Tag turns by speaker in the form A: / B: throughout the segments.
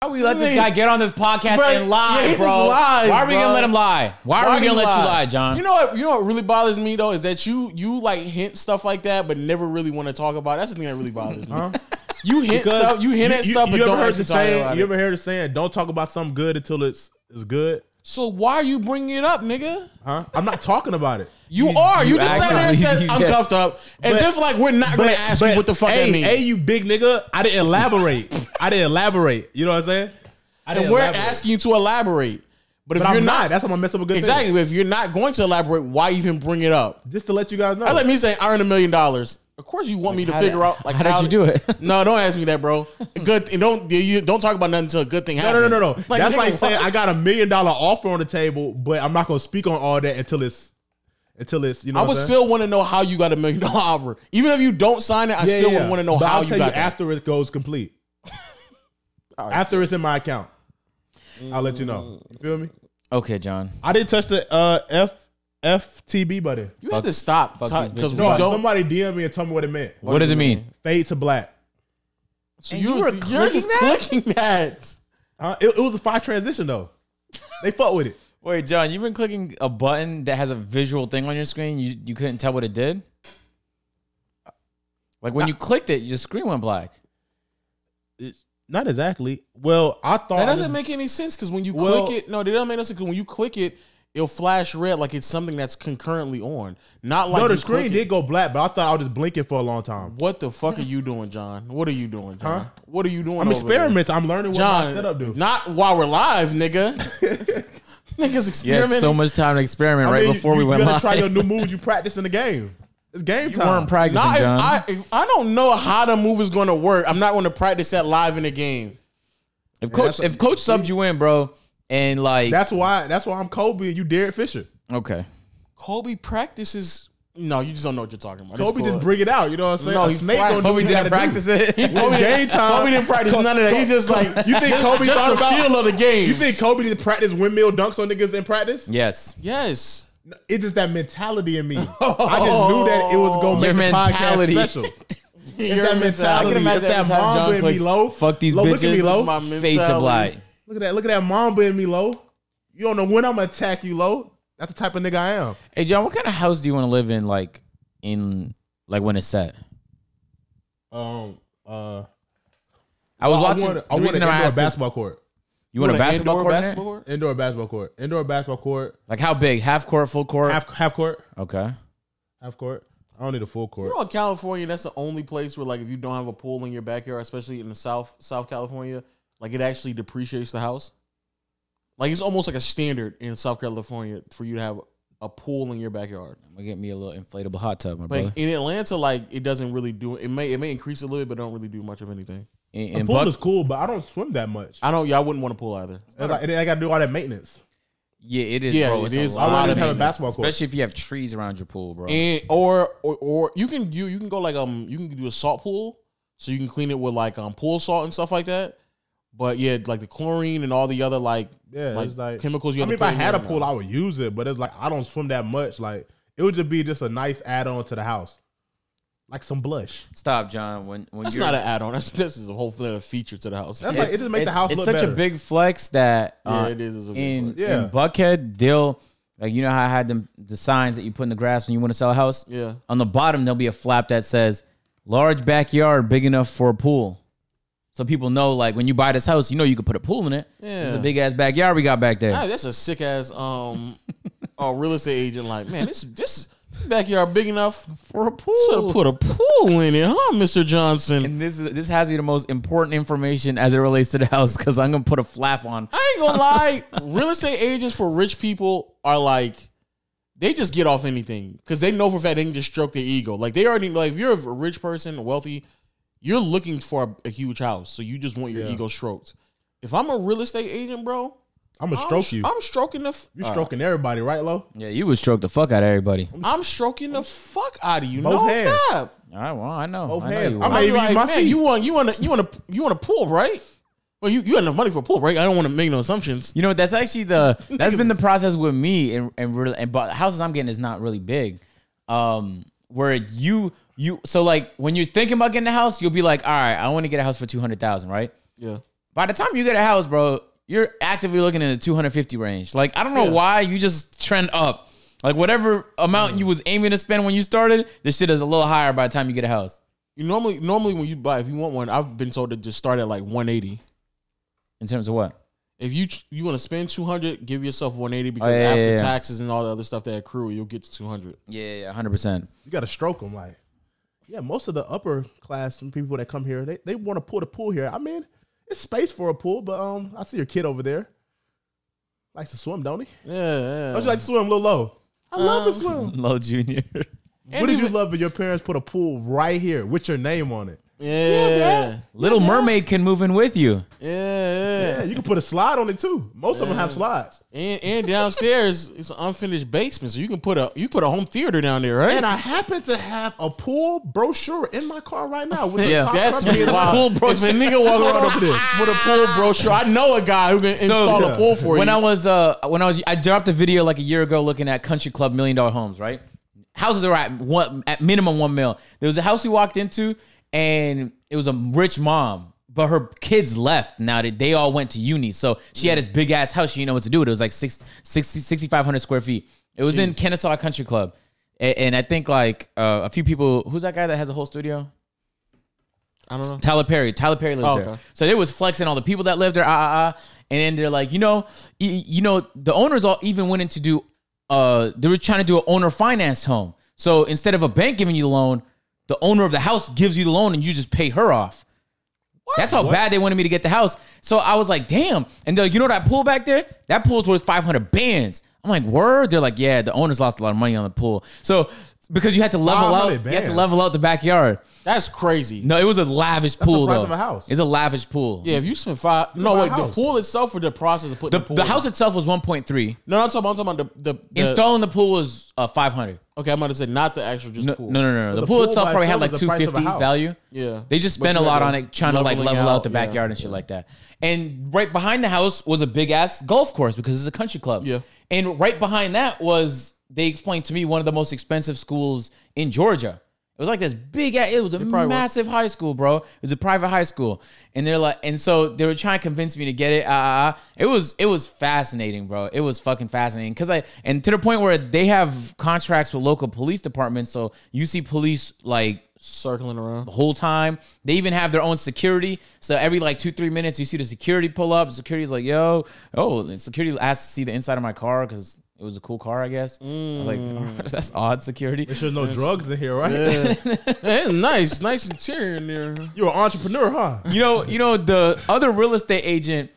A: Why we let this
B: mean?
A: guy get on this podcast
B: Bro,
A: and lie,
B: yeah, he
A: bro?
B: just lies,
A: Why are we gonna
B: bro.
A: let him lie? Why, are
B: Why
A: we
B: do
A: gonna let you lie, John?
B: You know what? You know what really bothers me though is that you you like hint stuff like that, but never really want to talk about. it. That's the thing that really bothers me. You hint
C: Because
B: stuff. You hint at stuff, but
C: you
B: don't
C: ever heard
B: actually
C: the
B: talk
C: saying?
B: about
C: You
B: it.
C: ever heard the saying? Don't talk about something good until it's it's good.
B: So why are you bringing it up, nigga?
C: Huh? I'm not talking about it.
B: You, are. You,
A: you
B: just sat there and
A: actually-
B: said,
A: you
B: "I'm
A: get-
B: cuffed up," as
C: But-
B: if like we're not going to ask you what the fuck
C: hey,
B: that means.
C: Hey, you big nigga. I didn't elaborate. I didn't elaborate. You know what I'm saying? I
B: and
C: didn't
B: we're
C: elaborate.
B: asking you to elaborate. But if
C: But
B: you're
C: I'm not.
B: not,
C: That's how I'm gonna mess up a good
B: exactly.
C: thing.
B: But if you're not going to elaborate, why even bring it up?
C: Just to let you guys know.
B: That's like me saying, "I earned a million dollars." Of course, you want me to
A: how
B: figure
A: did-
B: out like
A: how did you do it?
B: No, don't ask me that, bro. Good, and don't you don't talk about nothing until a good thing
C: no,
B: happens.
C: no, no, no, no. That's
B: nigga,
C: like
B: what?
C: saying I got a million dollar offer on the table, but I'm not gonna speak on all that until it's until it's you know.
B: I
C: what
B: would
C: I'm saying?
B: still want to know how you got a million dollar offer, even if you don't sign it. I
C: Yeah,
B: still
C: yeah,
B: would want to know
C: But
B: how
C: I'll
B: you
C: tell
B: got
C: you
B: that.
C: after it goes complete.
B: All right.
C: After it's in my account, I'll let you know. You feel me?
A: okay, John.
C: I didn't touch the uh, F FTB button.
B: you have to stop
A: fuck these
B: because
A: bitches.
B: we
C: No,
B: don't.
C: somebody DM me and tell me what it meant.
A: What, does it mean?
C: Fade to black.
B: So
A: And
B: you
A: you were
B: are
A: clicking
B: just
A: that?
B: clicking that.
C: Huh? It, it was a fire transition though. They fuck with it.
A: Wait, John, you've been clicking a button that has a visual thing on your screen. You you couldn't tell what it did. Like when you clicked it, your screen went black.
C: It's- Not exactly. Well, I thought
B: That doesn't make any sense because when you
C: Well-
B: click it, no, that doesn't make no sense 'cause when you click it, it'll flash red like it's something that's concurrently on, not like
C: No, the
B: you click
C: screen
B: it.
C: did go black, but I thought I was just blinking for a long time.
B: What the fuck are you doing, John? What are you doing, John?
C: Huh?
B: What are you doing?
C: I'm
B: over there?
C: experimenting. I'm learning what my
B: John,
C: setup do.
B: not while we're live, nigga. Niggas
A: You had
B: experimenting.
A: so much time to experiment
C: I
A: right
C: mean, you-
A: before we
C: you
A: went
C: gotta
A: live.
C: Try your new moves you practice in the game. It's game
A: you
C: time.
A: weren't practicing,
B: Not if
A: John.
B: I if I don't know how the move is going to work, I'm not going to practice that live in the game.
A: if coach
C: that's-
A: if coach subbed you in, bro, and like
C: That's why. That's why I'm Kobe and you Derek Fisher.
A: okay,
B: Kobe practices. No, you just don't know what you're talking about.
C: Kobe
B: It's
C: just
B: cool.
C: bring it out. You know what I'm saying?
B: No,
C: A
B: he
C: snake
B: fried-
C: gonna do
A: Kobe
C: what he
A: didn't
C: gotta do.
A: practice it.
C: Kobe game time.
B: Kobe didn't practice none of that. He just like
C: You think
B: just,
C: Kobe
B: just
C: thought
B: the
C: about-
B: feel of the game.
C: You think Kobe didn't practice windmill dunks on niggas in practice?
A: yes,
B: Yes.
C: It's just that mentality in me. I just knew that it was gonna
A: Your
C: make the
A: mentality.
C: podcast special.
B: Your
C: that
A: I can
C: mentality.
A: imagine
C: It's that
A: every time
C: Mamba
A: John
C: and me
A: clicks,
C: low.
A: fuck these
C: Low,
A: bitches,
C: look at me low.
B: my
A: fade to
B: mentality.
A: black.
C: Look at that. Look at that Mamba in me low. You don't know when I'm gonna attack you low. That's the type of nigga I am.
A: Hey, John, what kind of house do you want to live in? Like in like when it's set.
C: Um. Uh.
A: I was
C: I
A: watching.
C: want. I
A: the
C: want an
A: reason I'm
C: indoor
A: asking is-
C: basketball court.
A: You want a
B: an
A: basketball
B: indoor
A: court? in there?
B: basketball court?
C: Indoor basketball court. Indoor basketball court.
A: Like how big? Half court, full court?
C: Half half court.
A: Okay.
C: Half court. I don't need a full court.
B: You know, in California, that's the only place where, like, if you don't have a pool in your backyard, especially in the South South California, like it actually depreciates the house. Like it's almost like a standard in South California for you to have a pool in your backyard.
A: I'm gonna get me a little inflatable hot tub, my
B: Like
A: brother.
B: in Atlanta, like it doesn't really do it may it may increase a little bit, but don't really do much of anything.
A: And,
C: A
A: and
C: pool
A: Buck-
C: is cool, but I don't swim that much.
B: I don't. Yeah, I wouldn't want a pool either.
C: It's like, and then I gotta do all that maintenance.
A: yeah, it is.
B: Yeah,
A: bro.
B: it
A: It's
B: is.
A: A
C: I
A: lot
C: want
B: wanna
A: of
C: to have a
A: maintenance,
C: basketball court.
A: especially if you have trees around your pool, bro.
B: And or or or you can you you can go like um you can do a salt pool, so you can clean it with like um pool salt and stuff like that. But yeah, like the chlorine and all the other like
C: Yeah,
B: like,
C: it's like
B: chemicals. You
C: I
B: have
C: mean,
B: to
C: if I
B: put in
C: had a
B: there.
C: pool, I would use it, but it's like I don't swim that much. Like it would just be just a nice add on to the house, like some blush.
A: Stop, John. When when
B: That's
A: you're,
B: not an add-on. That's this is a whole other feature to the house.
C: That's
B: yeah,
C: like it just make the
A: it's-
C: house
A: It's
C: look
A: such
C: better.
A: a big flex that uh,
B: it is. It's a big
A: in,
B: flex.
C: Yeah.
A: in Buckhead, Dill, like you know how I had them the signs that you put in the grass when you want to sell a house.
B: yeah.
A: On the bottom, there'll be a flap that says "large backyard, big enough for a pool." So people know, like when you buy this house, you know you could put a pool in it. It's
B: Yeah.
A: a big ass backyard we got back there.
B: Ah, that's a sick ass um a real estate agent. Like, man, this this backyard big enough
A: for a
B: to
A: pool.
B: put a pool in it, huh, Mister Johnson?
A: and this is this has to be the most important information as it relates to the house because I'm gonna put a flap on.
B: I ain't gonna lie, real estate agents for rich people are like they just get off anything because they know for a fact they can just stroke their ego. Like they already like if you're a rich person, wealthy, you're looking for a, a huge house, so you just want your
C: Yeah.
B: ego stroked. If I'm a real estate agent, bro,
C: I'm gonna
B: I'm,
C: stroke you.
B: I'm stroking the. F-
C: you
B: uh,
C: stroking everybody, Oh, right, Lo?
A: Yeah, you would stroke the fuck out of everybody.
B: I'm stroking the fuck out of you.
C: Both
B: no
C: hands.
B: cap.
A: All right, well I know.
C: Both
A: I know
C: hands.
A: you
C: I'm
A: would.
C: a-
B: I'm
C: Maybe
B: like,
C: my
B: man,
C: feet.
B: you want you want to you want to you want to pull right? Well, you you had enough money for a pool, right? I don't want to make no assumptions.
A: you know that's actually the that's been the process with me and and really and but houses I'm getting is not really big. Um, where you you so like when you're thinking about getting a house, you'll be like, all right, I want to get a house for two hundred thousand, right?
B: Yeah,
A: By the time you get a house, bro, you're actively looking in the 250 range. Like I don't know
B: Yeah.
A: why you just trend up. Like whatever amount you was aiming to spend when you started, this shit is a little higher by the time you get a house.
B: You normally normally when you buy if you want one, I've been told to just start at like 180.
A: In terms of what?
B: If you you want to spend 200, give yourself 180 because
A: Oh, yeah,
B: after
A: yeah, yeah.
B: taxes and all the other stuff that accrue, you'll get to 200.
A: Yeah, 100. percent
C: You got to stroke them. Like, yeah, most of the upper class and people that come here, they, they want to put a pool here. I mean, it's space for a pool, but um, I see your kid over there. Likes to swim, don't he?
B: Yeah, yeah.
A: Oh,
C: Don't you like to swim, little low? I love
B: Um,
C: to swim.
A: Low junior.
C: what did you
B: even-
C: love when your parents put a pool right here with your name on it?
B: yeah, yeah,
A: Little Mermaid can move in with you.
B: yeah,
C: Yeah, you can put a slide on it too. Most of them have slides.
B: And and downstairs it's an unfinished basement, so you can put a you put a home theater down there, right?
C: And I happen to have a pool brochure in my car right now. With
A: Yeah,
C: the top
B: That's
C: company in the
B: wild.
A: Pool
B: If a
A: brochure.
B: nigga walk
C: That's
B: around
C: what
B: with
C: I'm
B: a- with a pool brochure, I know a guy who can install a
C: yeah.
B: pool for
A: when
B: you.
A: I was uh when I was I dropped a video like a year ago looking at country club million dollar homes, right? Houses are at one at minimum one mil. There was a house we walked into and it was a rich mom, but her kids left now that they all went to uni. So she had this big ass house, she didn't know what to do with it. It was like six, 60 6,500 square feet. It was in Kennesaw Country Club. A- And, I think like uh, a few people who's that guy that has a whole studio?
B: I don't know.
A: Tyler Perry. Tyler Perry lives
B: Oh,
A: there.
B: okay.
A: So they was flexing all the people that lived there. Ah, ah, ah. And then they're like, you know, y- you know, the owners all even went in to do. Uh, they were trying to do an owner financed home. So instead of a bank giving you the loan, the owner of the house gives you the loan, and you just pay her off. That's how bad they wanted me to get the house. So I was like, damn. And they're like, you know that pool back there? That pool's worth 500 bands. I'm like, word? They're like, yeah, the owners lost a lot of money on the pool. So because you had to level out,
C: 500
A: you had to
C: bands.
A: level out the backyard.
B: That's crazy.
A: No, it was a lavish pool
C: price
A: though.
C: of a house.
A: It's a lavish pool.
B: Yeah, if you spend five, no
C: buy a
B: wait, the
C: house.
B: pool itself or the process of putting
A: The,
B: the, pool.
A: the
B: in?
A: house itself was 1.3.
B: No, no, I'm talking. I'm talking about the the, the
A: Installing the pool was uh, 500.
B: Okay, I'm about to say not the actual just
A: No,
B: pool.
A: no, no, no. no. The,
C: the
A: pool,
C: pool
A: itself
C: by
A: probably had
C: itself
A: like
C: is the price of a
A: 250
C: house.
A: value.
B: Yeah.
A: They just
B: But
A: spent a
B: you
A: lot
B: gotta
A: on it, trying to like
B: leveling
A: level out, the
B: out, yeah,
A: backyard and shit like that. And right behind the house was a big ass golf course because it's a country club.
B: Yeah.
A: And right behind that was they explained to me one of the most expensive schools in Georgia. It was like this big. ass- It was a
B: probably was.
A: massive high school, bro. It was a private high school, and they're like, and so they were trying to convince me to get it. Uh, it was it was fascinating, bro. It was fucking fascinating because I and to the point where they have contracts with local police departments, so you see police like
B: circling around.
A: the whole time. They even have their own security. So every like two, three minutes, you see the security pull up. Security's like, yo, oh, and security asked to see the inside of my car because it was a cool car, I guess. I was like, that's odd security.
C: There's no drugs in here, right?
B: Hey, nice, nice interior in there.
C: You're an entrepreneur, huh?
A: You know, you know, the other real estate agent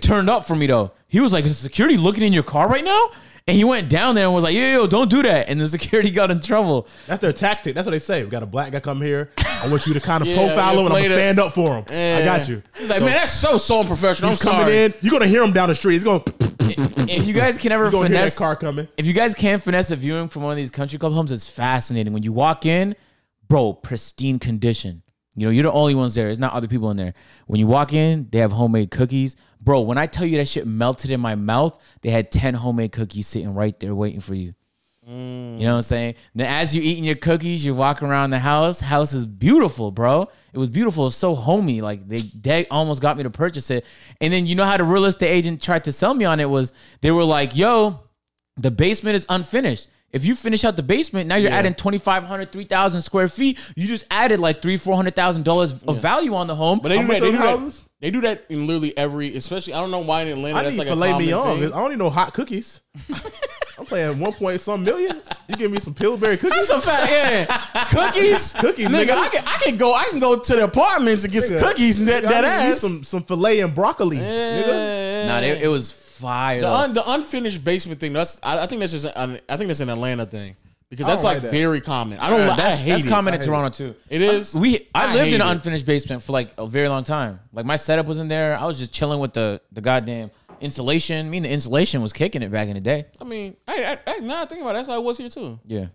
A: turned up for me though. He was like, is security looking in your car right now? And he went down there and was like, yo, yo, yo, don't do that. And the security got in trouble.
C: That's their tactic. That's what they say. We got a black guy come here. I want you to kind of
B: Yeah,
C: profile
B: you
C: him, and I'm
B: play
C: gonna
B: the-
C: stand up for him. I got you.
B: He's like, man, that's so so unprofessional. I'm
C: He's coming
B: sorry.
C: in. You're gonna hear him down the street. He's gonna,
A: If you guys can ever
C: you gonna hear that
A: finesse
C: car coming.
A: if you guys can finesse a viewing from one of these country club homes, it's fascinating. When you walk in, bro, pristine condition. You know, you're the only ones there. It's not other people in there. When you walk in, they have homemade cookies. Bro, when I tell you that shit melted in my mouth, they had 10 homemade cookies sitting right there waiting for you. You know what I'm saying? Then as you're eating your cookies, you're walking around the house. House is beautiful, bro. It was beautiful. It's so homey. Like they they almost got me to purchase it. And then you know how the real estate agent tried to sell me on it was they were like, yo, the basement is unfinished. If you finish out the basement, now you're adding 2,500, 3,000 square feet. You just added like three, four hundred thousand dollars of value on the home.
B: But they do that.
C: much
B: They
C: are
B: do that.
C: houses?
B: They do that in literally every, especially. I don't know why in Atlanta.
C: I
B: that's like
C: need
B: a
C: filet
B: common
C: mignon.
B: thing.
C: I don't need no hot cookies. I'm playing one point some million. You give me some Pillsbury cookies.
B: That's a fact. Yeah, cookies,
C: Cookies,
B: nigga.
C: nigga.
B: I can, I can go. I can go to the apartments and get some
C: Nigga,
B: cookies and that,
C: I
B: that
C: need
B: ass.
C: Some some filet and broccoli. Nigga.
B: yeah.
A: Nah, it, it was fire.
B: The,
A: though.
B: un, the unfinished basement thing. That's I, I think that's just an, I think that's an Atlanta thing because that's
C: don't
B: like
C: like that.
B: very common. I don't. like I
A: that's,
B: hate
A: that's
B: it.
A: common in
C: I hate
A: Toronto too.
B: It is.
A: We I, lived
B: hate
A: in an
B: it.
A: unfinished basement for like a very long time. Like my setup was in there. I was just chilling with the the goddamn insulation. I mean the insulation was kicking it back in the day.
B: I mean, I, I, I now I think about it, that's how I was here too.
A: Yeah.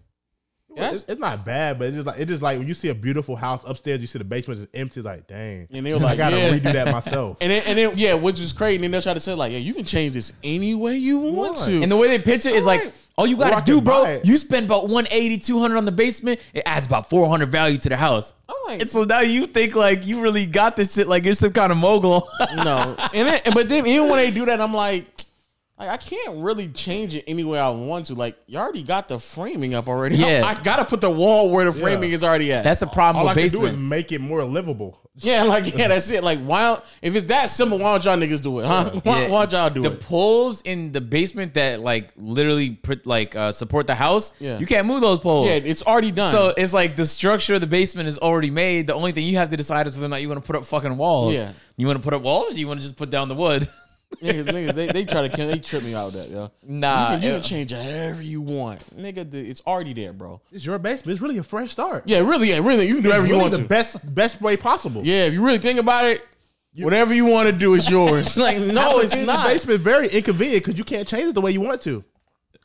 B: Yes.
C: It's, it's not bad, but it's just like it's just like when you see a beautiful house upstairs, you see the basement is empty. Like dang,
B: And they were like,
C: I gotta
B: yeah.
C: redo that myself.
B: And then, and then yeah, which is crazy. And then they'll try to say like, yeah, you can change this any way you want
C: Right.
B: to.
A: And the way they pitch it is
B: Alright.
A: like, All you
C: Or I
A: gotta
C: could
A: do, bro,
C: buy it.
A: you spend about 180, 200 on the basement. It adds about 400 value to the house.
B: I'm like,
A: And so now you think like you really got this shit like you're some kind of mogul.
B: no. And then, but then even when they do that, I'm like, like I can't really change it any way I want to. Like you already got the framing up already.
A: Yeah.
B: I, I gotta put the wall where the framing is already at.
A: That's a problem
C: All I
A: with
C: can
A: basements.
C: do is make it more livable.
B: yeah, like yeah, that's it. Like why don't, if it's that simple, why don't y'all niggas do it? Huh? Why,
A: Yeah.
B: why don't y'all do
A: the
B: it?
A: poles in the basement that like literally put like uh, support the house.
B: Yeah.
A: You can't move those poles.
B: Yeah, it's already done.
A: So it's like the structure of the basement is already made. The only thing you have to decide is whether or not you want to put up fucking walls.
B: Yeah.
A: You want to put up walls or you want to just put down the wood?
B: niggas, niggas they, they try to kill, they trip me out with that, yo.
A: Nah.
B: you can
A: it-
B: change it however you want, nigga. The, it's already there, bro.
C: It's your basement. It's really a fresh start.
B: Yeah, really, yeah, really. You can do whatever
C: Really
B: you want
C: the
B: to.
C: best best way possible.
B: Yeah, if you really think about it, whatever you want to do is yours. like, no,
C: Having
B: it's
C: it in
B: not.
C: The basement very inconvenient because you can't change it the way you want to.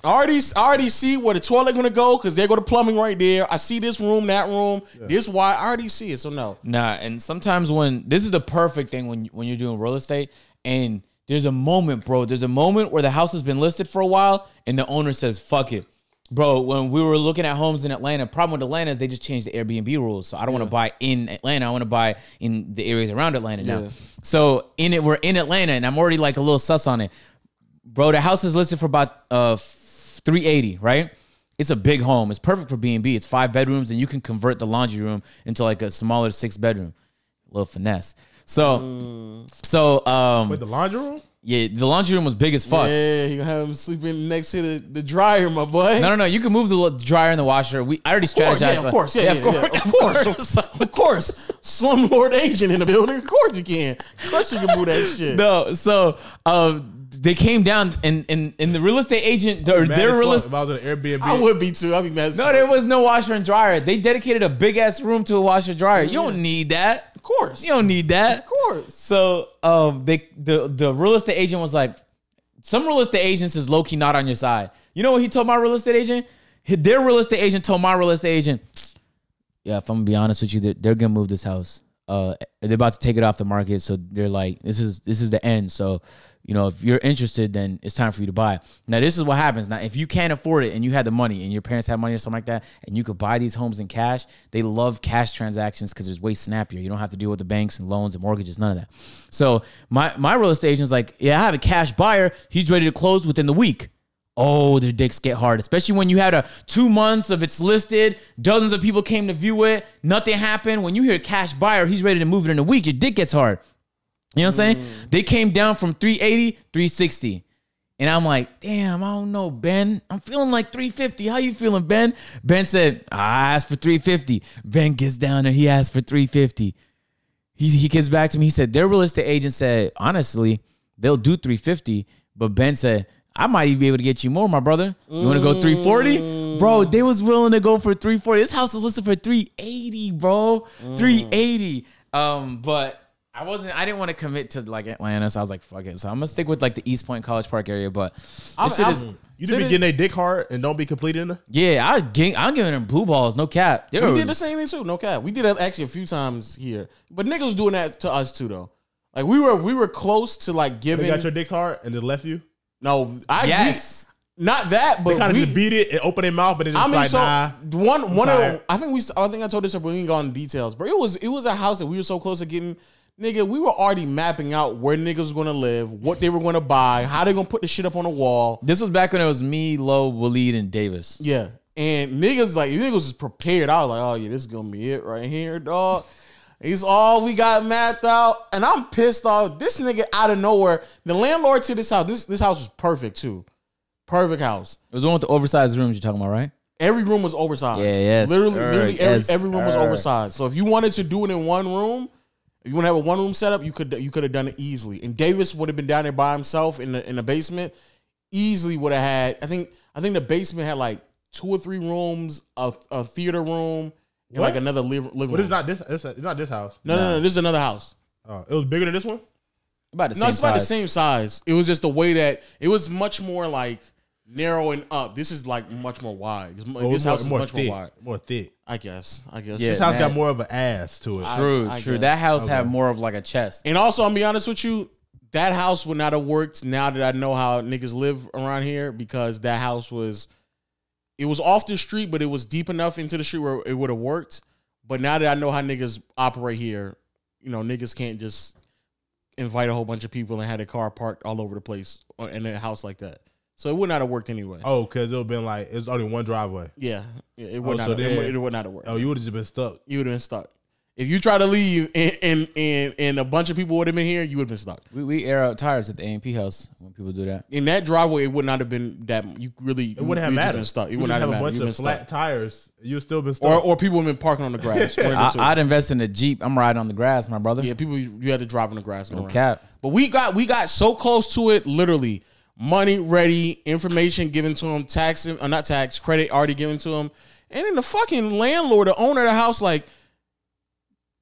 B: I already, I already see where the toilet gonna go because they go to plumbing right there. I see this room, that room, this why. I already see it, so no.
A: Nah, and sometimes when this is the perfect thing when when you're doing real estate and there's a moment, bro. There's a moment where the house has been listed for a while and the owner says, "Fuck it." Bro, when we were looking at homes in Atlanta, problem with Atlanta is they just changed the Airbnb rules. So I don't want to buy in Atlanta. I want to buy in the areas around Atlanta now.
B: Yeah.
A: So in it, we're in Atlanta, and I'm already like a little sus on it bro the house is listed for about uh f- 380 right it's a big home it's perfect for b&b it's five bedrooms and you can convert the laundry room into like a smaller six bedroom little finesse so
B: Mm.
A: so um
C: With the laundry room,
A: yeah the laundry room was big as fuck
B: Yeah, you gonna have him sleeping next to the, the dryer, my boy.
A: No, no, no! You can move the lo- dryer and the washer. We I already
B: Of
A: strategized.
B: course, yeah, of
A: like-
B: course, yeah, yeah, yeah, of course, of, of course. Slumlord agent in the building, of course you can. Of course you can move that shit.
A: No, so um, they came down, and and and the real estate agent,
B: Oh,
A: their,
C: Mad
A: their
C: as
A: real
C: fuck
A: estate.
C: If I was at an Airbnb,
B: I would be too. I'd be mad. as
A: No,
B: fuck.
A: there was no washer and dryer. They dedicated a big ass room to a washer dryer. You don't need that.
B: of course,
A: You don't need that.
B: of course.
A: So um, they the the real estate agent was like, some real estate agents is low key not on your side. You know what he told my real estate agent? He- Their real estate agent told my real estate agent, yeah, if I'm gonna be honest with you, they're, they're gonna move this house. Uh, they're about to take it off the market, so they're like, this is this is the end. So, you know, if you're interested, then it's time for you to buy. Now, this is what happens. Now, if you can't afford it and you had the money and your parents had money or something like that, and you could buy these homes in cash, they love cash transactions because it's way snappier. You don't have to deal with the banks and loans and mortgages, none of that. So, my my real estate agent's like, yeah, I have a cash buyer. He's ready to close within the week. Oh, their dicks get hard, especially when you had a two months of it's listed, dozens of people came to view it, nothing happened. When you hear a cash buyer, he's ready to move it in a week, your dick gets hard. You know what I'm saying? They came down from 380, 360. And I'm like, damn, I don't know, Ben. I'm feeling like 350. How you feeling, Ben? Ben said, I asked for 350. Ben gets down there, he asked for 350 he he gets back to me. He said their real estate agent said honestly they'll do 350, but Ben said I might even be able to get you more, my brother. You want to go
B: Mm.
A: 340, bro? They was willing to go for 340. This house is listed for 380, bro.
B: Mm.
A: 380. Um, but I wasn't. I didn't want to commit to like Atlanta, so I was like, fuck it. So I'm gonna stick with like the East Point College Park area. But
B: I'm,
A: this shit
B: I'm-
A: is-
C: you just
B: Sit
C: be
B: in-
C: getting a dick hard and don't be completing it.
A: yeah, I gang, I'm giving them blue balls, no cap. They
B: We
A: were-
B: did the same thing too. No cap. We did that actually a few times here. But niggas was doing that to us too though. Like we were we were close to like
C: They
B: giving
C: got your dicks hard and just left you.
B: No, I
A: yes,
B: we- not that, but
C: They kind of
B: we,
C: just beat it and open their mouth, but it's
B: I
C: just
B: mean,
C: like
B: so
C: nah.
B: one one of
C: tired.
B: I think we I think I told this but we ain't gone into details, but it was it was a house that we were so close to getting nigga, we were already mapping out where niggas was gonna live, what they were gonna buy, how they gonna put the shit up on the wall.
A: this was back when it was me, Low, Waleed, and Davis.
B: Yeah. And niggas like niggas was prepared. I was like, oh yeah, this is gonna be it right here, dog. It's all we got mapped out. And I'm pissed off. This nigga out of nowhere. The landlord to this house, this this house was perfect too. Perfect house.
A: It was the one with the oversized rooms you're talking about, right?
B: Every room was oversized.
A: Yeah, yes,
B: Literally,
A: sir,
B: literally every,
A: yes,
B: every room was
A: sir.
B: oversized. So if you wanted to do it in one room, if you want to have a one room setup, you could you could have done it easily. And Davis would have been down there by himself in the in the basement. Easily would have had. I think I think the basement had like two or three rooms, a, a theater room, and like
C: What?
B: another live, living
C: But
B: room.
C: it's not this. It's it's not this house.
B: no, no, no, This is another house.
C: Uh, it was bigger than this one.
A: About the
B: No,
A: same
B: it's about the
A: size.
B: same size. It was just the way that it was much more like narrow and up. This is like much more wide. This,
C: Oh, it
B: this
C: was
B: house is much
C: thick,
B: more wide.
C: More thick.
B: I guess. I guess.
A: Yeah.
C: This house got
A: man.
C: more of an ass to it.
B: I-
A: True,
B: I
A: true.
B: guess.
A: That house had
C: Okay.
A: more of like a chest.
B: And also, I'll be honest with you, that house would not have worked now that I know how niggas live around here because that house was it was off the street, but it was deep enough into the street where it would have worked. But now that I know how niggas operate here, you know, niggas can't just invite a whole bunch of people and had a car parked all over the place or in a house like that. So it would not have worked anyway.
C: Oh, because it would have been like it's only one driveway.
B: Yeah, yeah, it would
C: Oh,
B: not.
C: so
B: have, it,
C: then-
B: would, it would not have worked.
C: Oh, you would have just been stuck.
B: You would have been stuck. If you try to leave and and and, and a bunch of people would have been here, you would have been stuck.
A: We, we air out tires at the AMP house when people do that.
B: In that driveway, it would not have been that. You really
C: It wouldn't have
B: you'd just
C: mattered.
B: Been stuck. It
C: You
B: would not have
C: just have a
B: mattered.
C: bunch
B: You'd been
C: of flat
B: stuck.
C: tires. You'd still been stuck.
B: Or or people have been parking on the grass. One of the
A: I,
B: two.
A: I'd invest in a jeep. I'm riding on the grass, my brother.
B: yeah, people you had to drive on the grass. and go
A: No
B: around.
A: cap.
B: But we got we got so close to it, literally. Money ready, information given to him, tax or not tax, credit already given to him, and then the fucking landlord, the owner of the house, like,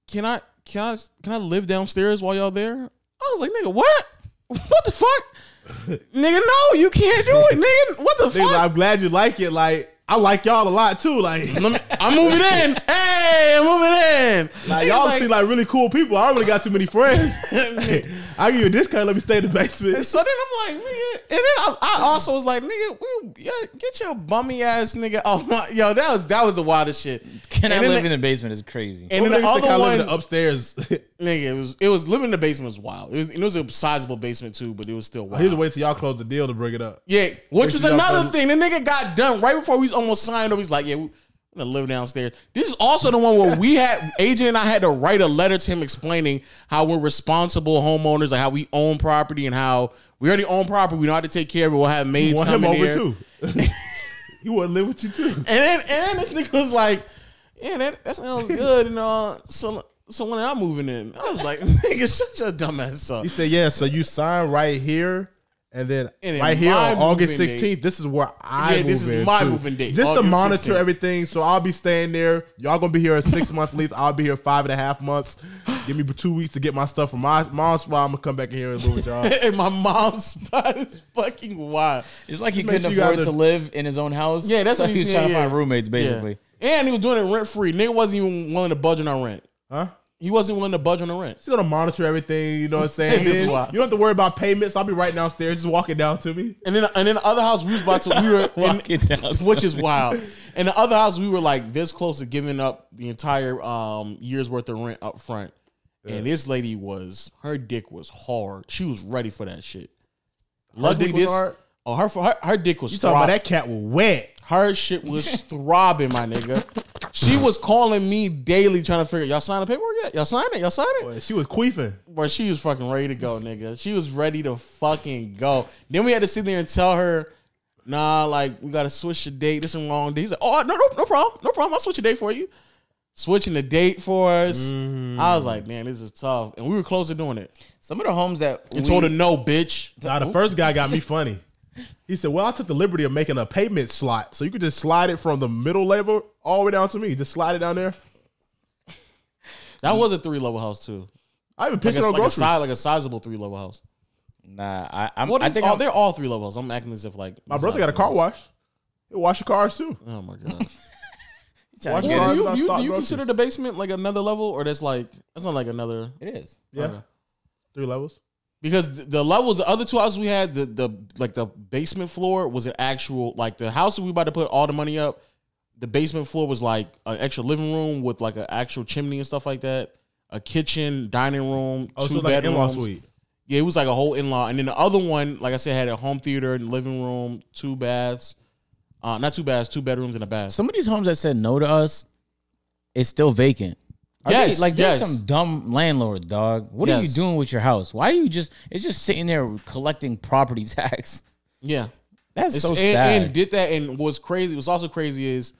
B: can I can I can I live downstairs while y'all there? I was like, nigga, what? What the fuck? nigga, no, you can't do it, nigga. What the
C: Niggas,
B: fuck?
C: I'm glad you like it. Like I like y'all a lot too. Like,
B: Let me, I'm moving in. Hey, I'm moving in.
C: like
B: He's
C: y'all seem like really cool people. I don't really got too many friends.
B: Nigga.
C: I give you a discount. Let me stay in the
B: And
C: basement.
B: so then I'm like, nigga, and then I, I also was like, nigga, we, yeah, get your bummy ass nigga off my yo. That was that was the wildest shit.
A: Can I
B: And then
A: live
B: the-
A: in the basement? Is crazy.
B: And then the
C: Niggas think
B: other
C: I live
B: one,
C: in the upstairs.
B: nigga, it was it was living in the basement was wild. It was, and it was a sizable basement too, but it was still wild.
C: Here's a wait till y'all close the deal to bring it up.
B: yeah, which was
C: Which is
B: another
C: also-
B: thing. The nigga got done right before we was almost signed up. He's like, yeah, we, I'm gonna live downstairs. This is also the one where we had AJ and I had to write a letter to him explaining how we're responsible homeowners, like how we own property and how. We already own property. We know how to take care of it. We'll have maids
C: You want
B: come
C: him
B: in
C: over
B: here.
C: too. you want to live with you too.
B: And then, and then this nigga was like, "Yeah, that, that sounds good." And uh, so so when I'm moving in, I was like, "Nigga, shut your dumb ass up."
C: He said, "Yeah, so you sign right here." And then
B: And then
C: right here
B: my
C: on August
B: moving date-
C: 16th, this is where I
B: Yeah,
C: move
B: this is
C: in,
B: my
C: too.
B: moving date,
C: Just to
B: August
C: monitor
B: 16th.
C: everything. So I'll be staying there. Y'all gonna be here a six month lease. I'll be here five and a half months. Give me two weeks to get my stuff from my mom's spot. I'm gonna come back in here and live with y'all.
B: and my mom's spot is fucking wild.
A: It's like he couldn't
C: Make sure you guys
A: afford to
C: are-
A: live in his own house.
B: Yeah, that's
A: so
B: what he
A: he's
B: said,
A: trying to
B: yeah.
A: find roommates,
B: Yeah.
A: basically.
B: And he was doing it rent free. Nigga wasn't even willing to budge on our rent.
C: Huh?
B: He wasn't willing to budge on the rent.
C: She's gonna monitor everything. You know what I'm saying?
B: This is
C: Then
B: wild.
C: you don't have to worry about payments. I'll be right downstairs, just walking down to me.
B: And then and then the other house we was about to we were
A: Walking down
B: in, which is wild. And the other house we were like this close to giving up the entire um year's worth of rent up front. And this lady was her dick was hard. She was ready for that shit. Luckily,
C: dick was
B: this
C: hard?
B: oh her her, her dick was
C: You talking about
B: throb-
C: that cat was wet?
B: her shit was throbbing, my nigga. She was calling me daily trying to figure y'all sign the paperwork yet? Y'all sign it? Y'all sign it?
C: Boy, she was queefing.
B: But she was fucking ready to go, nigga. She was ready to fucking go. Then we had to sit there and tell her, nah, like we gotta switch the date. This is wrong date. He's like, oh no, no, no problem, no problem. I'll switch the date for you. Switching the date for us. I was like, man, this is tough. And we were close to doing it.
A: Some of the homes that we,
B: And told her no, bitch.
C: Nah, the first guy got me funny. He said, "Well, I took the liberty of making a payment slot, so you could just slide it from the middle level all the way down to me. Just slide it down there.
B: That was a three level house too.
C: I even
B: Like
C: picture
B: a,
C: on
B: like a
C: groceries.
B: size, like a sizable three level house.
A: nah, I, I'm,
B: What
A: I
B: is-
A: think
B: oh,
A: I'm,
B: they're all three levels. I'm acting as if like
C: My brother got a car wash. He wash your cars too.
B: Oh my god.
A: trying
C: Watch
A: to get
B: Do
C: your
A: it.
C: eyes.
B: you,
C: not
B: do you,
C: stock
B: do you
C: groceries.
B: consider the basement like another level, or that's like that's not like another?
A: It is.
C: Yeah,
B: Okay.
C: three levels.
B: because th- the levels, the other two houses we had, the the like the basement floor was an actual like the house that we about to put all the money up. The basement floor was like an extra living room with like an actual chimney and stuff like that, a kitchen, dining room,
C: Oh,
B: two
C: so it's like an
B: bedrooms.
C: in-law suite.
B: Yeah, it was like a whole in law, and then the other one, like I said, had a home theater and living room, two baths, uh, not two baths, two bedrooms and a bath.
A: Some of these homes that said no to us, it's still vacant. Are
B: Yes,
A: they- like there's
B: yes.
A: some dumb landlord, dog. What are you
B: Yes.
A: doing with your house? Why are you just? It's just sitting there collecting property tax.
B: yeah,
A: That's
B: It's-
A: so
B: and,
A: sad.
B: and did that and what's crazy what's also crazy is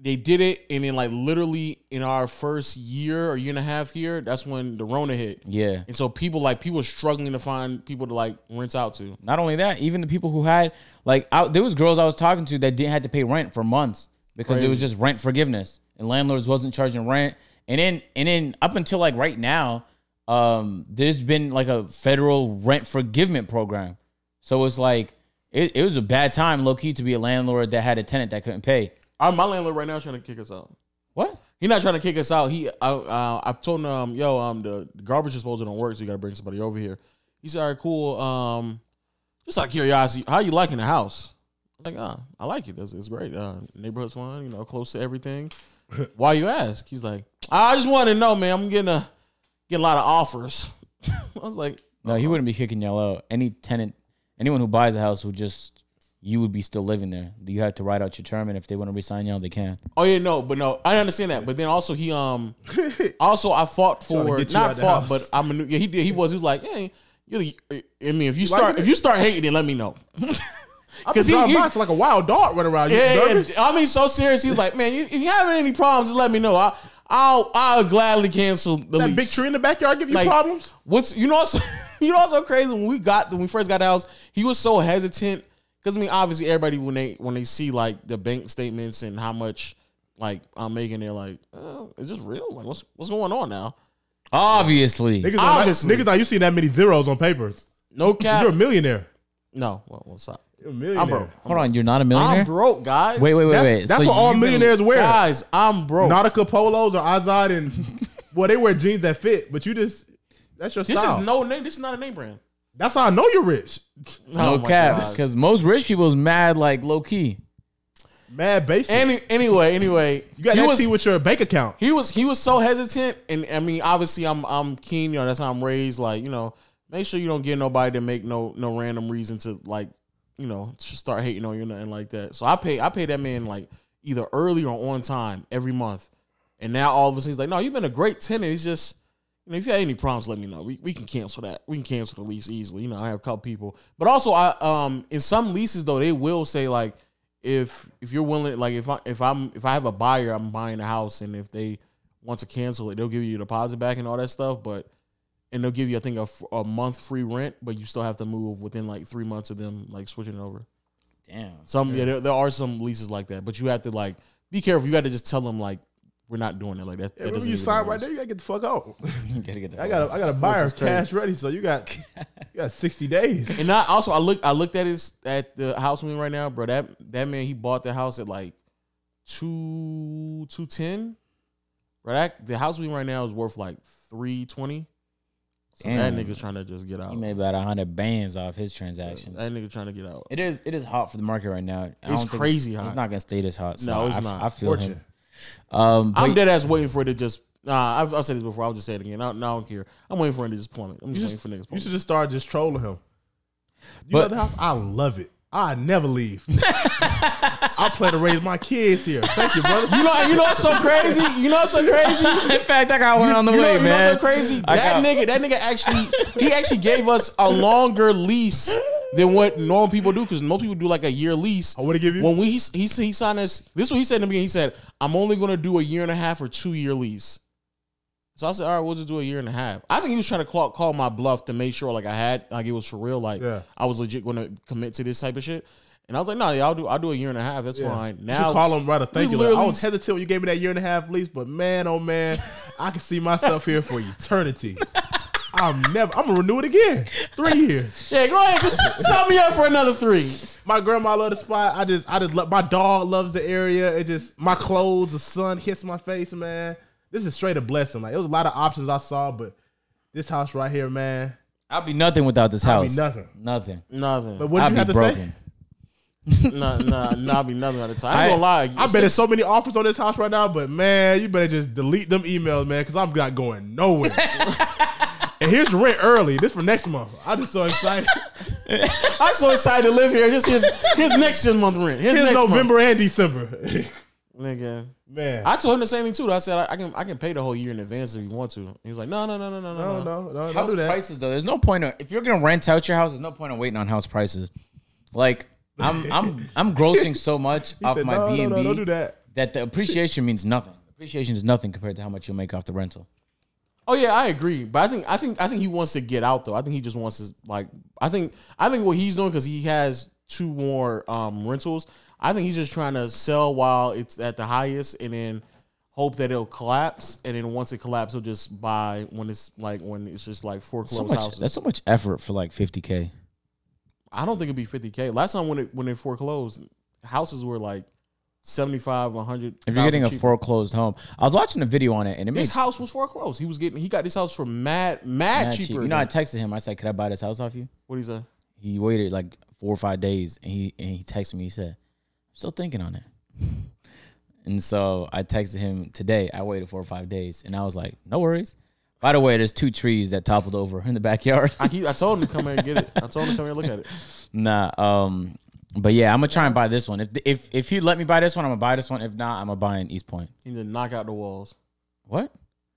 B: they did it and then like literally in our first year or year and a half here that's when the rona hit
A: yeah.
B: and so people like people struggling to find people to like rent out to
A: Not only that, even the people who had like I, there was girls I was talking to that didn't have to pay rent for months because it was just rent forgiveness and landlords wasn't charging rent. And then and then up until like right now, um, there's been like a federal rent forgiveness program. So it's like it, it was a bad time, low key, to be a landlord that had a tenant that couldn't pay.
B: our, my landlord right now is trying to kick us out
A: What?
B: He's not trying to kick us out. He, I, uh, I told him, um, yo, um, the garbage disposal don't work, so you gotta bring somebody over here. He said, all right, cool. Um, just out of curiosity, how you liking the house? was like, ah, I like it. It's, it's great. Uh, neighborhood's fun. You know, close to everything. Why you ask? He's like, "Ah, I just want to know, man. I'm getting a getting a lot of offers. I was like,
A: No, he wouldn't be kicking y'all out. Any tenant, anyone who buys a house would just you would be still living there. You have to write out your term, and if they want to resign y'all, they can.
B: Oh yeah, no, but no, I understand that. But then also he um also I fought
C: Trying to
B: for
C: get you out
B: not
C: the
B: fought,
C: house.
B: but I'm a new yeah, he did he was he was like, hey, you I mean if you
C: like
B: start
C: it?
B: if you start hating it, let me know.
C: I've been
B: Cause he-
C: drawing
B: he-
C: box like a wild dog running around. You
B: Yeah, yeah,
C: nervous?
B: I mean so serious, he's like, Man, you, if you having any problems, just let me know. I I'll I'll gladly cancel the
C: That
B: lease.
C: big tree in the backyard give you
B: Like-
C: problems?
B: What's you know also you know also crazy when we got when we first got the house, he was so hesitant because I mean obviously everybody when they when they see like the bank statements and how much like I'm making, they're like, oh, is this real? Like what's what's going on now?
A: Obviously,
C: Niggas, don't like,
B: Obviously.
C: niggas, not you see that many zeros on papers.
B: No
C: You're a
B: cap.
C: millionaire.
B: no, well, what's up?
C: You're a millionaire.
B: I'm broke.
A: hold on, you're not a
B: I'm
A: millionaire.
B: broke, guys.
A: Wait, wait, wait,
C: That's,
A: wait.
C: that's
A: So
C: what all
A: you've been-
C: millionaires wear.
B: guys. I'm broke.
C: Nautica polos or Azad and well, they wear jeans that fit, but you just that's your
B: this
C: style.
B: is no name. This is not a name brand.
C: that's how I know you're rich.
A: No
B: Oh my
A: cap,
B: God.
A: because most rich people's mad like low key.
C: Mad basic.
B: Any, anyway, anyway,
C: you got
B: he
C: that
B: was
C: tea with your bank account.
B: he was he was so hesitant, and I mean, obviously, I'm I'm keen. You know, that's how I'm raised. Like, you know, make sure you don't get nobody to make no no random reason to like, you know, to start hating on you or nothing like that. So I pay I pay that man like either early or on time every month, and now all of a sudden he's like, no, you've been a great tenant. It's just. You know, if you had any problems, let me know. We, we can cancel that. We can cancel the lease easily. You know, I have a couple people, but also I um in some leases though they will say like if if you're willing like if I if I'm if I have a buyer I'm buying a house and if they want to cancel it they'll give you your deposit back and all that stuff but and they'll give you I think a, f- a month free rent but you still have to move within like three months of them like switching over.
A: Damn.
B: Some yeah, there, there are some leases like that, but you have to like be careful. You got to just tell them like we're not doing it like that. that
C: Yeah, remember
B: doesn't
C: you
B: even
C: sign
B: work.
C: right there, you gotta get the fuck out.
A: gotta get the
C: I got a, I got a buyer
B: is crazy.
C: cash ready, so you got you got sixty days.
B: And I also I look I looked at his at the house we in right now, bro. That that man he bought the house at like two two ten. Bro, that the house we in right now is worth like three twenty. So
A: Damn.
B: that nigga's trying to just get out.
A: He made about a hundred bands off his transaction.
B: That nigga trying to get out.
A: It is it is hot for the market right now. I
B: It's
A: don't think
B: crazy
A: it's,
B: hot.
A: It's not gonna stay this hot. So
B: No, it's
A: I,
B: not.
A: I feel
C: Fortune.
A: him. Um,
B: I'm
A: but-
B: dead ass waiting for it to just. Nah, I've, I've said this before. I'll just say it again. I, I don't care. I'm waiting for it to just plummet. I'm
C: You,
B: just,
C: just,
B: waiting for
C: you
B: niggas.
C: should just start just trolling him. You
A: But-
C: know the house? I love it. I never leave. I plan to raise my kids here. Thank you, brother.
B: You know, you know what's so crazy? You know what's so crazy?
A: In fact, I got one on the
B: you
A: way,
B: know, you know
A: man.
B: what's so crazy?
A: I
B: that
A: got-
B: nigga, that nigga actually, he actually gave us a longer lease than what normal people do because most people do like a year lease.
C: I wanna give you-
B: when we he he, he signed us. This is what he said in the beginning. He said, "I'm only gonna do a year and a half or two year lease." So I said, "All right, we'll just do a year and a half." I think he was trying to call, call my bluff to make sure like I had like it was for real, like
C: Yeah.
B: I was legit gonna commit to this type of shit. And I was like, "No, yeah, I'll do I'll do a year and a half. That's
C: Yeah.
B: fine."
C: You
B: Now
C: should call him right a
B: we
C: thank you. letter. I
B: literally-
C: was hesitant when you gave me that year and a half lease, but man, oh man, I can see myself here for eternity. I'm never. I'm gonna renew it again. Three years.
B: Yeah, go ahead, just sign me up for another three.
C: My grandma loved the spot. I just, I just love. My dog loves the area. It just, my clothes, the sun hits my face, man. This is straight a blessing. Like it was a lot of options I saw, but this house right here, man.
A: I'll be nothing without this
C: I'll be
A: house.
C: nothing.
A: Nothing.
B: Nothing.
C: But what
A: I'll
C: did you
A: be
C: have to
A: broken.
C: say?
B: nah, nah, nah, I be nothing at a time. I
A: I-
B: ain't gonna lie.
C: I bet
B: Six-
C: there's so many offers on this house right now, but man, you better just delete them emails, man, because I'm not going nowhere. and here's your rent early. This for next month. I'm just so excited.
B: I'm so excited to live here. This is his next year's month rent. His
C: Here's
B: next
C: November and December.
B: month. nigga.
C: man.
B: I told him the same thing too. I said I, I can I can pay the whole year in advance if you want to. He was like, no, no, no, no, no,
C: no,
B: no, no.
C: no, no, don't
A: House
C: do that.
A: prices though, there's no point. Of, if you're gonna rent out your house, there's no point in waiting on house prices. Like I'm I'm I'm grossing so much
C: He
A: off
C: said,
A: my
C: no,
A: B
C: no,
A: and
C: no, don't do
A: B
C: that.
A: that the appreciation means nothing. Appreciation is nothing compared to how much you'll make off the rental.
B: Oh yeah, I agree. But I think I think I think he wants to get out though. I think he just wants his like. I think I think what he's doing because he has two more um rentals. I think he's just trying to sell while it's at the highest, and then hope that it'll collapse. And then once it collapses, he'll just buy when it's like when it's just like foreclosed
A: So much.
B: houses.
A: That's so much effort for like 50k.
B: I don't think it'd be fifty k. Last time when it when it foreclosed, houses were like 75, 100.
A: If you're getting a
B: cheaper.
A: foreclosed home, I was watching a video on it and it
B: his
A: makes
B: house was foreclosed. He was getting he got this house for mad mad,
A: mad
B: cheaper.
A: cheap. You know, I
B: than-
A: texted him. I said, "Could I buy this house off you?"
B: what he say?
A: He waited like four or five days, and he and he texted me. He said, "I'm still thinking on it." and so I texted him today. I waited four or five days, and I was like, "No worries." By the way, there's two trees that toppled over in the backyard.
B: I, keep, I told him to come here and get it. I told him to come here and look at it.
A: Nah, um, but yeah, I'm gonna try and buy this one. If if if he let me buy this one, I'm gonna buy this one. If not, I'm gonna buy an East Point.
B: He need to knock out the walls.
A: What?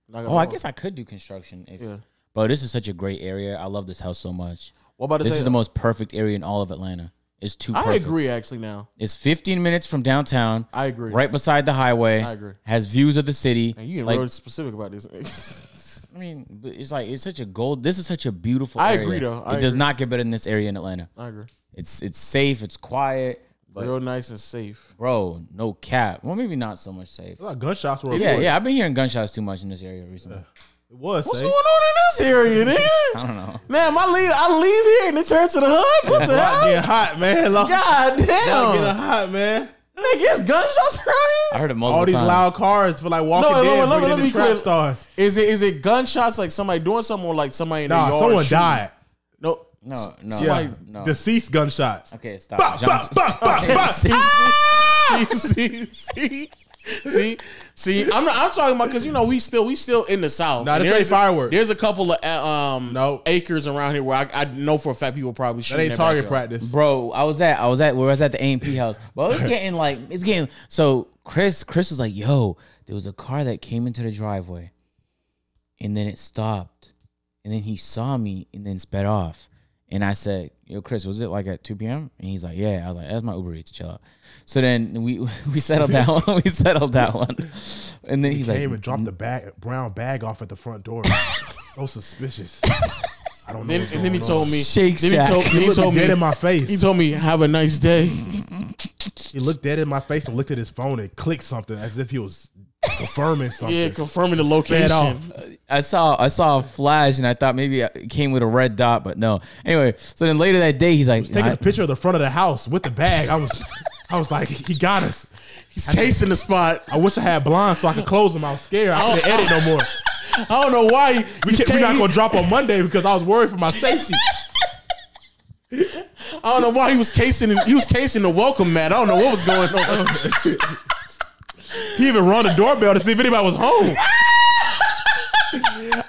B: Knock out
A: Oh,
B: the
A: I
B: walls.
A: guess I could do construction. If,
B: Yeah.
A: Bro, this is such a great area. I love this house so much.
B: What about to
A: This
B: say?
A: is the most perfect area in all of Atlanta. It's too
B: I
A: perfect.
B: agree. Actually, now
A: It's 15 minutes from downtown,
B: I agree.
A: right beside the highway.
B: I agree.
A: Has views of the city.
B: And you get
A: like,
B: real specific about this.
A: I mean, but it's like it's such a gold. This is such a beautiful.
B: I
A: area.
B: agree, though. I
A: it does
B: agree.
A: not get better than this area in Atlanta.
B: I agree.
A: It's it's safe. It's quiet. But
B: real nice and safe.
A: bro, no cap. Well, maybe not so much safe.
C: I thought gunshots were.
A: Yeah,
C: reported.
A: yeah. I've been hearing gunshots too much in this area recently.
C: It was. eh?
B: What's
C: safe.
B: going on in this area, nigga?
A: I don't know.
B: Man, my lead, I leave here and it turns to the hood. What the
C: Lot
B: hell?
C: getting hot, man. Lot,
B: God
C: lot getting
B: damn!
C: hot, man.
B: Nigga, it's gunshots
A: I
B: around
A: heard it multiple
C: All these
A: times.
C: loud cars for like walking
B: No,
C: no,
B: let me- let
C: dead,
B: me-
C: bringing
B: let
C: in
B: me
C: trap
B: clear-
C: stars.
B: here. Is it is it gunshots like somebody doing something or like somebody in
C: Nah,
B: the yard?
C: someone
B: shooting?
C: died.
B: No,
A: No, no,
C: Yeah,
A: no.
C: deceased gunshots.
A: okay,
C: Bah,
A: stop.
C: bah,
A: Johnson-
C: bah, bah, bah. Ah!
B: see, see, see, see. I'm not, I'm talking about because you know we still we still in the south.
C: Nah, this
B: There's
C: ain't fireworks.
B: There's a couple of uh, um
C: No.
B: acres around here where I, I know for a fact people probably shoot.
C: That ain't target practice.
A: Bro, I was at I was at where I was at the A and P house. But it's getting like it's getting so Chris Chris was like, yo, there was a car that came into the driveway and then it stopped. And then he saw me and then sped off. And I said, Yo, Chris, was it like at 2 p.m.? And he's like, Yeah. I was like, That's my Uber Eats, chill out. So then we we settled that one. we settled that one. And then he's
C: Came
A: like,
C: and dropped the bag, brown bag off at the front door. so suspicious. I don't know.
B: Then,
C: what's
B: and then he
C: going
B: told
C: on.
B: me.
A: Shake
B: then he
A: Shack.
B: told, then
C: He
B: he
C: looked
B: told
C: dead in
B: me.
C: my
B: He
C: face.
B: told me, "Have a nice day."
C: He looked dead in my face and looked at his phone and clicked something as if he was confirming something.
B: Yeah, confirming the location.
C: off.
A: I saw I saw a flash and I thought maybe it came with a red dot, but no. Anyway, so then later that day he's like,
C: Taking
A: "Nah,
C: a picture of the front of the house with the bag. I was, I was like, he got us.
B: He's casing the spot.
C: I wish I had blinds so I could close them. I was scared. I couldn't edit no more.
B: I don't know why. he-
C: We
B: he's
C: can't,
B: ca-
C: we're not
B: Oh. he-
C: gonna drop on Monday because I was worried for my safety.
B: I don't know why he was casing. He was casing the welcome mat. I don't know what was going on.
C: He even rung the doorbell to see if anybody was home.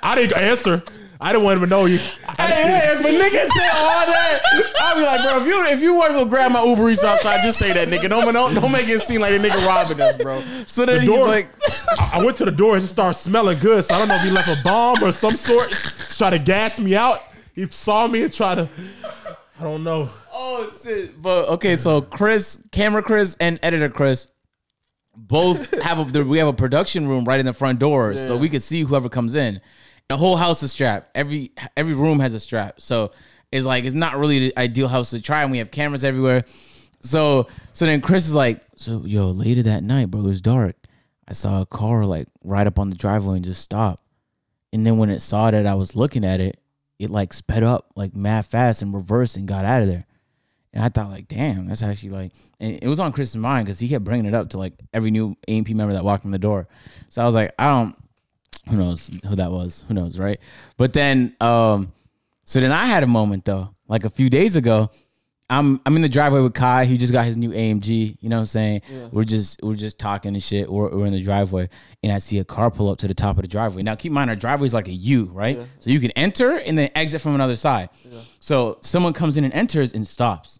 C: I didn't answer. I didn't want him to know you.
B: Hey, hey, if a nigga say all that, I'll be like, bro, if you if you weren't gonna grab my Uber Eats outside, just say that, nigga. Don't don't, don't make it seem like a nigga robbing us, bro.
A: So then
C: The
A: he's
C: door.
A: like,
C: I, I went to the door and just started smelling good. So I don't know if he left a bomb or some sort. Try to gas me out. He saw me and tried to. I don't know.
A: "Oh shit!" But okay, so Chris, camera Chris, and editor Chris, both have a we have a production room right in the front door, so we could see whoever comes in. The whole house is strapped. Every every room has a strap, so it's like it's not really the ideal house to try. And we have cameras everywhere. So so then Chris is like, "So yo, later that night, bro, it was dark. I saw a car like ride up on the driveway and just stop." And then when it saw that I was looking at it, it like sped up like mad fast and reversed and got out of there. And I thought like, damn, that's actually like, and it was on Chris's mind because he kept bringing it up to like every new AMP member that walked in the door. So I was like, I don't, who knows who that was, who knows, right? But then, um, so then I had a moment though, like a few days ago. I'm I'm in the driveway with Kai. He just got his new AMG. You know what I'm saying? We're just we're just talking and shit. We're, we're in the driveway, and I see a car pull up to the top of the driveway. Now keep in mind our driveway is like a U, right? So you can enter and then exit from another side. So someone comes in and enters and stops,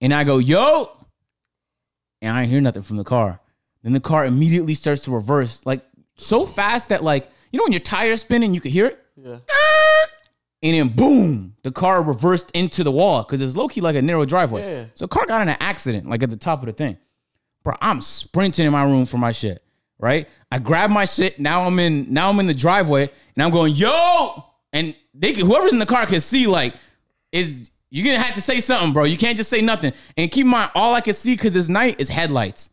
A: and I go yo, and I ain't hear nothing from the car. Then the car immediately starts to reverse like so fast that like you know when your tires spinning you could hear it
B: Yeah.
A: and then boom, the car reversed into the wall because it's low key like a narrow driveway.
B: Yeah.
A: So the car got in an accident, like at the top of the thing. Bro, I'm sprinting in my room for my shit. Right? I grab my shit. Now I'm in. Now I'm in the driveway, and I'm going yo. And they can, whoever's in the car can see like is you're gonna have to say something, bro. You can't just say nothing. And keep in mind, all I can see because it's night is headlights.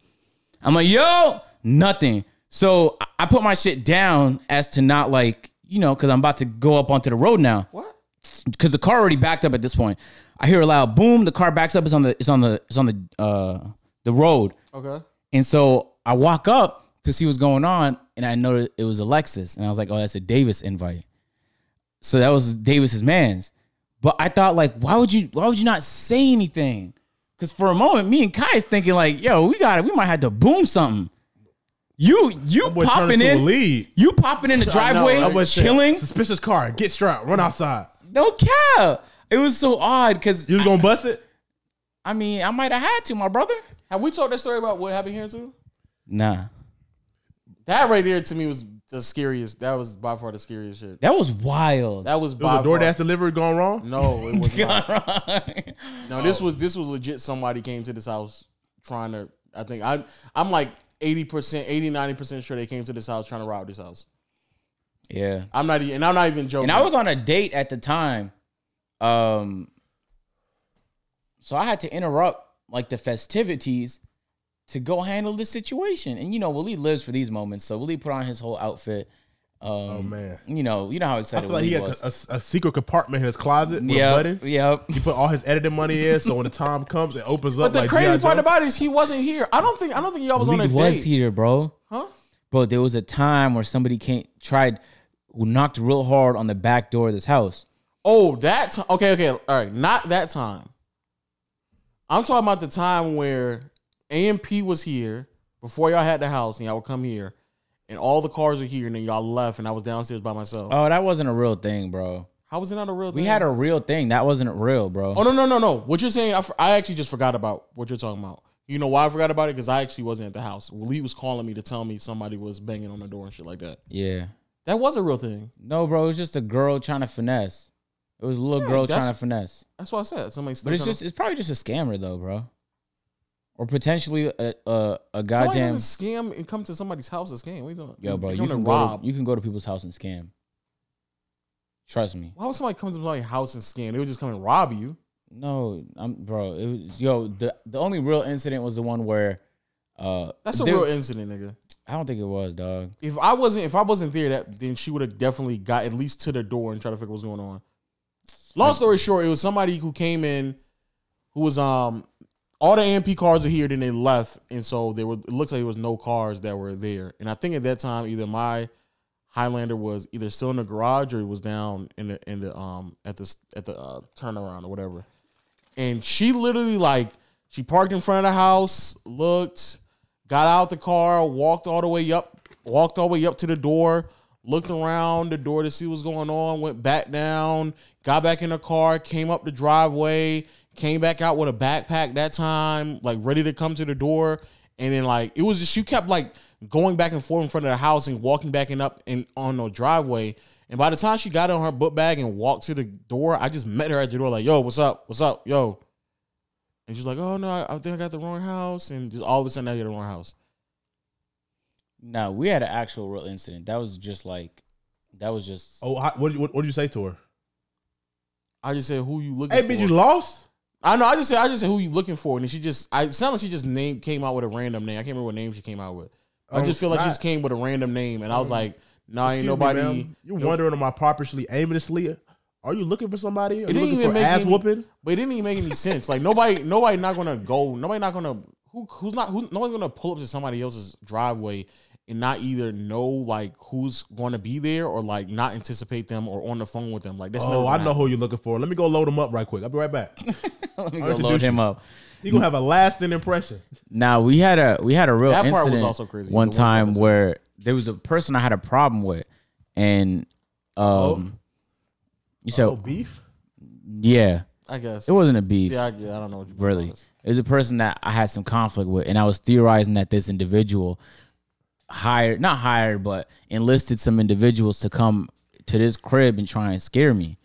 A: I'm like, yo, nothing. So I- I put my shit down as to not like, you know, because I'm about to go up onto the road now
B: What?
A: because the car already backed up at this point. I hear a loud boom. The car backs up. It's on the it's on the it's on the uh the road.
B: Okay.
A: And so I walk up to see what's going on, and I noticed it was Alexis, and I was like, "Oh, that's a Davis invite." So that was Davis's man's. But I thought like, why would you? Why would you not say anything? Because for a moment, me and Kai is thinking like, yo, we got it. We might have to boom something. You you
C: Boy, turn
A: popping
C: into a
A: in.
C: lead.
A: You popping in the driveway,
B: right? I
C: Boy, said,
A: chilling.
C: Suspicious car. Get strapped. Run outside.
A: No cap. It was so odd because
C: You was gonna bust it?
A: I mean, I might have had to, my brother.
B: Have we told that story about what happened here too?
A: Nah,
B: That right there to me was the scariest. That was by far the scariest shit.
A: that was wild.
B: That was
C: It
B: by
C: was a DoorDash
B: far.
C: delivery gone wrong.
B: No, it was not.
A: Right.
B: No, this was this was legit. Somebody came to this house trying to. I think I I'm like 80 percent, 80 90 percent sure they came to this house trying to rob this house.
A: yeah.
B: I'm not even, and I'm not even joking.
A: And I was on a date at the time. Um so I had to interrupt like the festivities to go handle the situation. And you know, Willie lives for these moments. So Willie put on his whole outfit. Um, oh
C: man.
A: You know, you know how
C: I
A: excited
C: feel like he
A: Willie
C: had
A: was.
C: a, a secret compartment in his closet with a
A: Yeah.
C: button.
A: Yep.
C: He put all his edited money in, so when the time comes, it opens up.
B: but the
C: like
B: crazy
C: G.I.
B: part
C: Joe.
B: about it is he wasn't here. I don't think I don't think y'all was on a
A: Willie was
B: date,
A: here, bro.
B: huh?
A: Bro, there was a time where somebody came tried who knocked real hard on the back door of this house.
B: Oh, that time. Okay, okay, all right. Not that time. I'm talking about the time where AMP was here before y'all had the house, and y'all would come here, and all the cars were here, and then y'all left, and I was downstairs by myself.
A: Oh, that wasn't a real thing, bro.
B: How was it not a real?
A: We
B: thing?
A: had a real thing. That wasn't real, bro.
B: Oh no no no no! What you're saying, I, f- I actually just forgot about what you're talking about. You know why I forgot about it? Because I actually wasn't at the house. Lee was calling me to tell me somebody was banging on the door and shit like that.
A: Yeah.
B: That was a real thing.
A: No, bro, it was just a girl trying to finesse. It was a little
B: Yeah,
A: girl
B: that's-
A: trying to finesse.
B: That's what I said. Somebody still.
A: But it's
B: tryna-
A: just it's probably just a scammer though, bro. Or potentially a a, a
B: Somebody
A: goddamn
B: doesn't scam and come to somebody's house and scam. What you doing?
A: yo, bro.
B: You're
A: You
B: gonna
A: can go
B: rob.
A: to, you can go to people's house and scam. Trust me.
B: why would somebody come to somebody's house and scam? They would just come and rob you.
A: No, I'm bro. It was yo. The the only real incident was the one where. Uh,
B: That's a
A: there-
B: real incident, nigga.
A: I don't think it was, dog.
B: If I wasn't, if I wasn't there, that then she would have definitely got at least to the door and try to figure what's going on. Long story short, it was somebody who came in, who was um, all the AMP cars are here. Then they left, and so there were. It looks like there was no cars that were there. And I think at that time, either my Highlander was either still in the garage or it was down in the in the um at the at the uh, turnaround or whatever. And she literally like she parked in front of the house, looked, got out the car, walked all the way up, walked all the way up to the door, looked around the door to see what's going on, went back down, got back in the car, came up the driveway, came back out with a backpack that time, like ready to come to the door. And then like it was just she kept like going back and forth in front of the house and walking back and up and on the driveway. And by the time she got on her book bag and walked to the door, I just met her at the door, like, yo, what's up? What's up? Yo. And she's like, oh no, I, I think I got the wrong house. And just all of a sudden I get the wrong house.
A: No, we had an actual real incident. That was just like, that was just.
C: Oh, how- what, what what did you say to her?
B: I just said who you looking
C: Hey,
B: for.
C: bitch, you lost?
B: I know. I just said I just said who you looking for, and then she just I it sounded like she just name came out with a random name. I can't remember what name she came out with. I
C: Um,
B: just feel like she
C: not-
B: just came with a random name, and I was like, nah, ain't
C: Mm. Excuse me,
B: nobody.
C: ma'am. you
B: no-
C: wondering am I properly aiming this Leah? Are you looking for somebody? Are
B: It
C: you
B: didn't
C: looking
B: even
C: for
B: make
C: ass
B: any-
C: whooping?
B: But it didn't even make any sense. Like nobody, nobody not gonna go. Nobody not gonna who who's not who. No one's gonna pull up to somebody else's driveway and not either know like who's going to be there or like not anticipate them or on the phone with them. Like that's never
C: Oh,
B: gonna
C: I know
B: happen.
C: who you're looking for. Let me go load him up right quick. I'll be right back.
A: Let me go
C: I'll
A: load
C: introduce
A: him
C: you.
A: up.
C: He gonna have a lasting impression.
A: Now we had a we had a real
B: That part was
A: incident
B: also crazy,
A: one
B: the one
A: time
B: that was-
A: where there was a person I had a problem with, and um,
B: Oh.
A: you said
C: Oh, beef.
A: yeah,
B: I guess.
A: it wasn't a beef
B: yeah, I, yeah, I don't know. What you
A: really. It was a person that I had some conflict with, and I was theorizing that this individual hired not hired but enlisted some individuals to come to this crib and try and scare me.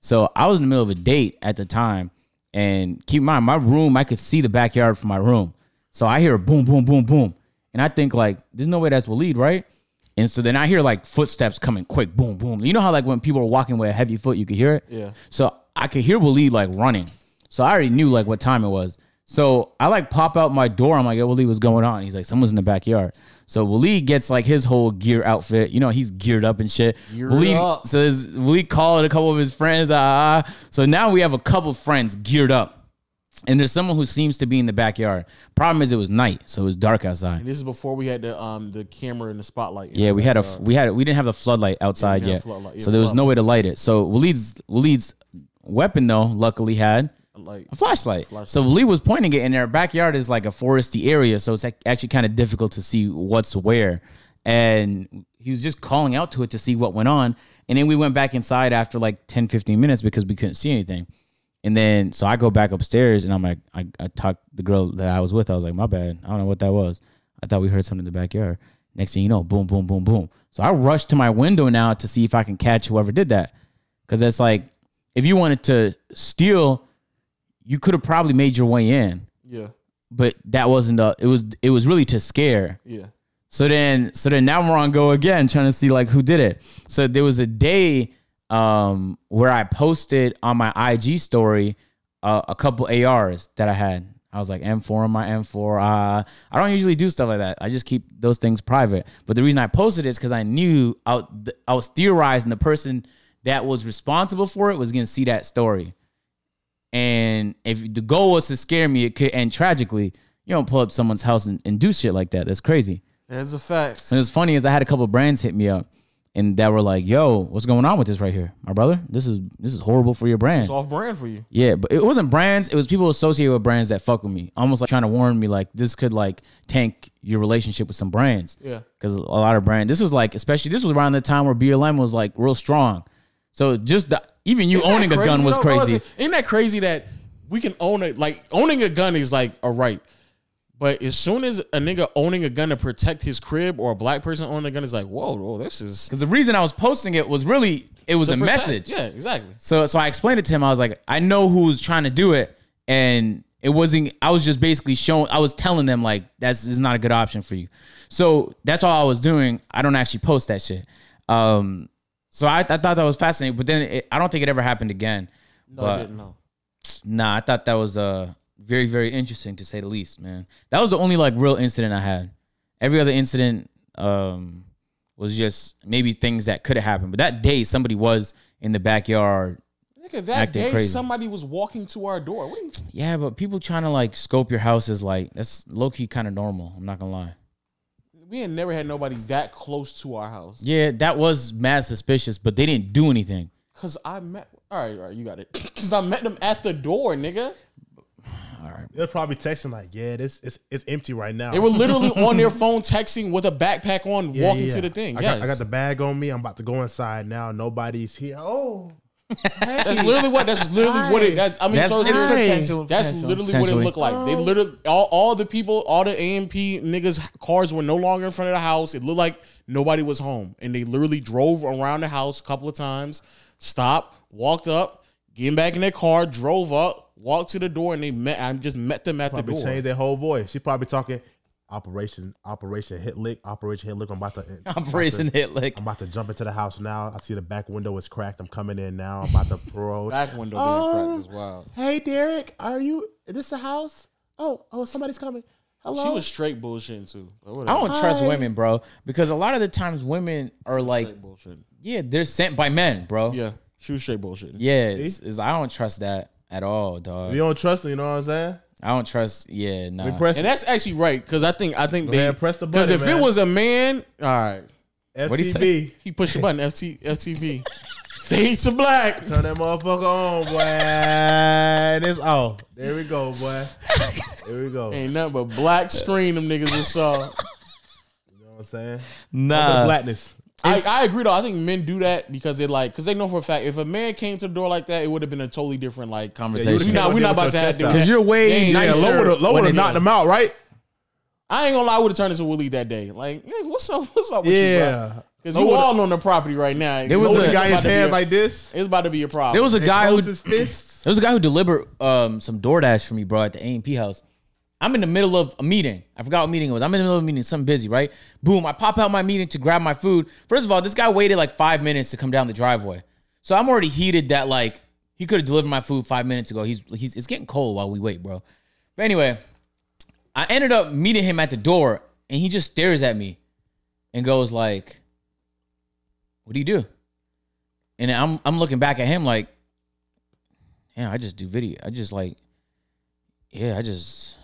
A: So I was in the middle of a date at the time, and keep in mind my room, I could see the backyard from my room. So I hear a boom, boom, boom, boom, and I think like, there's no way that's Waleed, right? And so then I hear like footsteps coming quick, boom, boom. You know how like when people are walking with a heavy foot, you could hear it.
B: Yeah.
A: So I could hear Waleed like running. So I already knew like what time it was. So I like pop out my door. I'm like, yo, Waleed, what's going on? He's like, someone's in the backyard. So Waleed gets like his whole gear outfit. You know, he's geared up and shit.
B: Geared
A: Waleed,
B: up.
A: So his, Waleed called a couple of his friends. Ah, ah. so now we have a couple friends geared up. And there's someone who seems to be in the backyard. Problem is, it was night, so it was dark outside.
B: This is before we had the um the camera and the spotlight.
A: Yeah, we had a f- we had we didn't have a floodlight outside
B: had a
A: yet,
B: floodlight. Yeah,
A: so there was no way to light it. So Waleed's Waleed's weapon though, luckily had
B: Like
A: a flashlight. So Lee was pointing it, and their backyard is like a foresty area, so it's ac- actually kind of difficult to see what's where. And he was just calling out to it to see what went on. And then we went back inside after like 10, 15 minutes because we couldn't see anything. And then, so I go back upstairs and I'm like, I, I talked the girl that I was with. I was like, my bad. I don't know what that was. I thought we heard something in the backyard. Next thing you know, boom, boom, boom, boom. So I rushed to my window now to see if I can catch whoever did that. Cause that's like, if you wanted to steal, you could have probably made your way in,
B: yeah,
A: but that wasn't the. It was it was really to scare.
B: yeah.
A: So then so then now we're on go again, trying to see like who did it. So there was a day um where I posted on my IG story uh, a couple ARs that I had. I was like M4 on my M4. Uh, I don't usually do stuff like that. I just keep those things private. But the reason I posted is because I knew I, w- I was theorizing the person that was responsible for it was gonna see that story. And if the goal was to scare me, it could end tragically. You don't pull up someone's house and, and do shit like that. That's crazy.
B: That's a fact.
A: And it's funny is I had a couple brands hit me up and that were like, "Yo, what's going on with this right here, my brother? This is this is horrible for your brand."
B: It's off brand for you.
A: yeah, but it wasn't brands. It was people associated with brands that fuck with me, almost like trying to warn me like this could like tank your relationship with some brands.
B: Yeah.
A: Because a lot of brand, this was like, especially this was around the time where BLM was like real strong. So just the even you
B: Isn't that
A: owning a gun
B: crazy,
A: was
B: though, bro?
A: crazy.
B: Isn't that crazy that we can own it? Like owning a gun is like a right, but as soon as a nigga owning a gun to protect his crib or a black person owning a gun is like, whoa, whoa, this is
A: Because the reason I was posting it was really it was a
B: protect-
A: message.
B: Yeah, exactly.
A: So so I explained it to him. I was like, I know who was trying to do it, and it wasn't. I was just basically showing. I was telling them like that's this is not a good option for you. So that's all I was doing. I don't actually post that shit. Um, so I, I thought that was fascinating, but then it, I don't think it ever happened again.
B: No,
A: But-
B: I didn't know.
A: Nah, I thought that was uh very very interesting to say the least, man. That was the only like real incident I had. Every other incident um was just maybe things that could have happened, but that day somebody was in the backyard
B: Nigga, that
A: Acting
B: day
A: crazy.
B: somebody was walking to our door. What do you-
A: Yeah, but people trying to like scope your house is like that's low key kind of normal. I'm not gonna lie.
B: We ain't never had nobody that close to our house.
A: Yeah, that was mad suspicious, but they didn't do anything.
B: Cause I met. All right, all right, you got it. Cause I met them at the door, nigga.
C: They're probably texting like, "Yeah, this it's it's empty right now."
B: They were literally on their phone texting with a backpack on,
C: Yeah,
B: walking
C: yeah.
B: to the thing.
C: I,
B: yes.
C: got, I got the bag on me. I'm about to go inside now. Nobody's here. Oh,
B: That's literally what. That's literally what it. That's, I mean,
A: That's
B: so it's
A: nice.
B: literally-
D: potential.
B: that's
D: potential.
B: literally what it
A: Potentially.
B: looked like. They literally all, all the people, all the AMP niggas' cars were no longer in front of the house. It looked like nobody was home, and they literally drove around the house a couple of times, stopped, walked up, getting back in their car, drove up, walked to the door, and they met. I just met them at the
C: probably
B: door.
C: changed their whole voice. She probably talking Operation Operation Hit Lick Operation Hit Lick. I'm about to
A: Operation
C: I'm about to-
A: hit like
C: I'm about to jump into the house now. I see the back window is cracked. I'm coming in now. I'm about to throw.
B: Back window being cracked as well.
C: hey, Derek, are you? Is this the house? Oh, oh, somebody's coming. Hello.
B: She was straight bullshitting too. But
A: I
B: whatever.
A: don't trust
C: Hi.
A: women, bro, because a lot of the times women are like,
B: Straight bullshit.
A: yeah, they're sent by men, bro.
B: Yeah, she was straight bullshitting.
A: yeah. It's, it's- I don't trust that at all,
C: you
A: dog.
C: don't trust her. You know what I'm saying?
A: I don't trust. Yeah, nah.
C: We press.
B: And that's actually right because I think I think
C: Go
B: they
C: ahead, press the
B: Because
C: button,
B: if
C: man.
B: it was a man, all right,
A: What'd he
C: FTB.
B: he pushed the button. FT FTV, fade to black.
C: Turn that motherfucker on, boy. and it's off. There we go, boy. There we go. You
B: Ain't nothing but black screen. Them niggas just saw.
C: know what I'm saying?
A: nah.
C: blackness.
B: I, I agree though. I think men do that because they like because they know for a fact if a man came to the door like that, it would have been a totally different like
A: Conversation. Yeah, you
B: We
A: would've
B: not we
C: been
B: not
C: with
B: about
C: your
B: to have
C: chest
B: to.
C: out.
A: Cause you're way
B: They ain't
A: nicer
C: Low
A: when
C: would low have
A: it's-
C: knocked him out, right?
B: I ain't gonna lie, I would have turned into Willie that day. Like, nigga, what's up? What's up with you, bro?
C: Yeah.
B: Because
C: Low
B: you
C: would've-
B: all on the property right now.
A: There was
C: Low
A: a-
C: the guy
B: It's
C: his
B: about to be
C: hand
B: a-
C: like this.
B: It's about to be a problem.
A: There was a
C: and
A: guy who
C: close his fists.
A: There was a guy who delivered um, some DoorDash for me, bro, at the A&P house. I'm in the middle of a meeting. I forgot what meeting it was. I'm in the middle of a meeting, something busy, right? Boom, I pop out my meeting to grab my food. First of all, this guy waited like five minutes to come down the driveway. So I'm already heated that like he could have delivered my food five minutes ago. He's he's it's getting cold while we wait, bro. But anyway, I ended up meeting him at the door and he just stares at me and goes like, What do you do? And I'm I'm looking back at him like, yeah, I just do video. I just like, yeah, I just.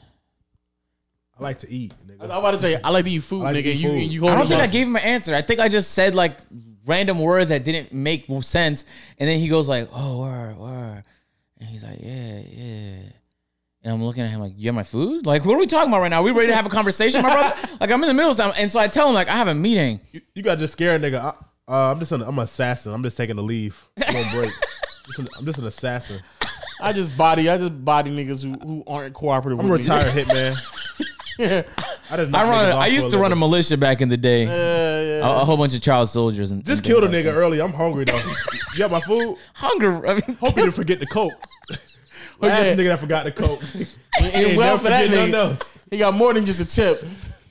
C: I like to eat.
B: I'm
C: Nigga.
B: about to say I like to eat food,
C: I like to
B: nigga.
C: eat
B: You
C: food.
B: you
A: I
B: holding
A: don't think
B: up.
A: I gave him an answer. I think I just said like random words that didn't make sense. And then he goes like, "Oh, word, word," and he's like, "Yeah, yeah." And I'm looking at him like, "You have my food? Like, what are we talking about right now? We ready to have a conversation, my brother? Like, I'm in the middle of something." And so I tell him like, "I have a meeting."
C: You, you got to just scare a nigga. I, uh, I'm just an, I'm an assassin. I'm just taking a leave. I'm on break. Just an- I'm just an assassin.
B: I just body, I just body niggas who, who aren't cooperative.
C: I'm a
B: with me.
C: retired hitman.
B: yeah,
C: I just knock
A: I run.
C: niggas off
A: I
C: for
A: used to run a
C: living.
A: militia back in the day.
B: yeah.
A: a, a whole bunch of child soldiers and
C: Just
A: and things
C: killed a
A: like
C: nigga
A: that.
C: early. I'm hungry though. you got my food?
A: Hunger. I mean,
C: Hope you didn't forget the coke. Look at
B: Hey.
C: this nigga that forgot the coke.
B: And- and
C: Ain't
B: well
C: never
B: for that
C: forget nothing
B: nigga,
C: else.
B: he got more than just a tip.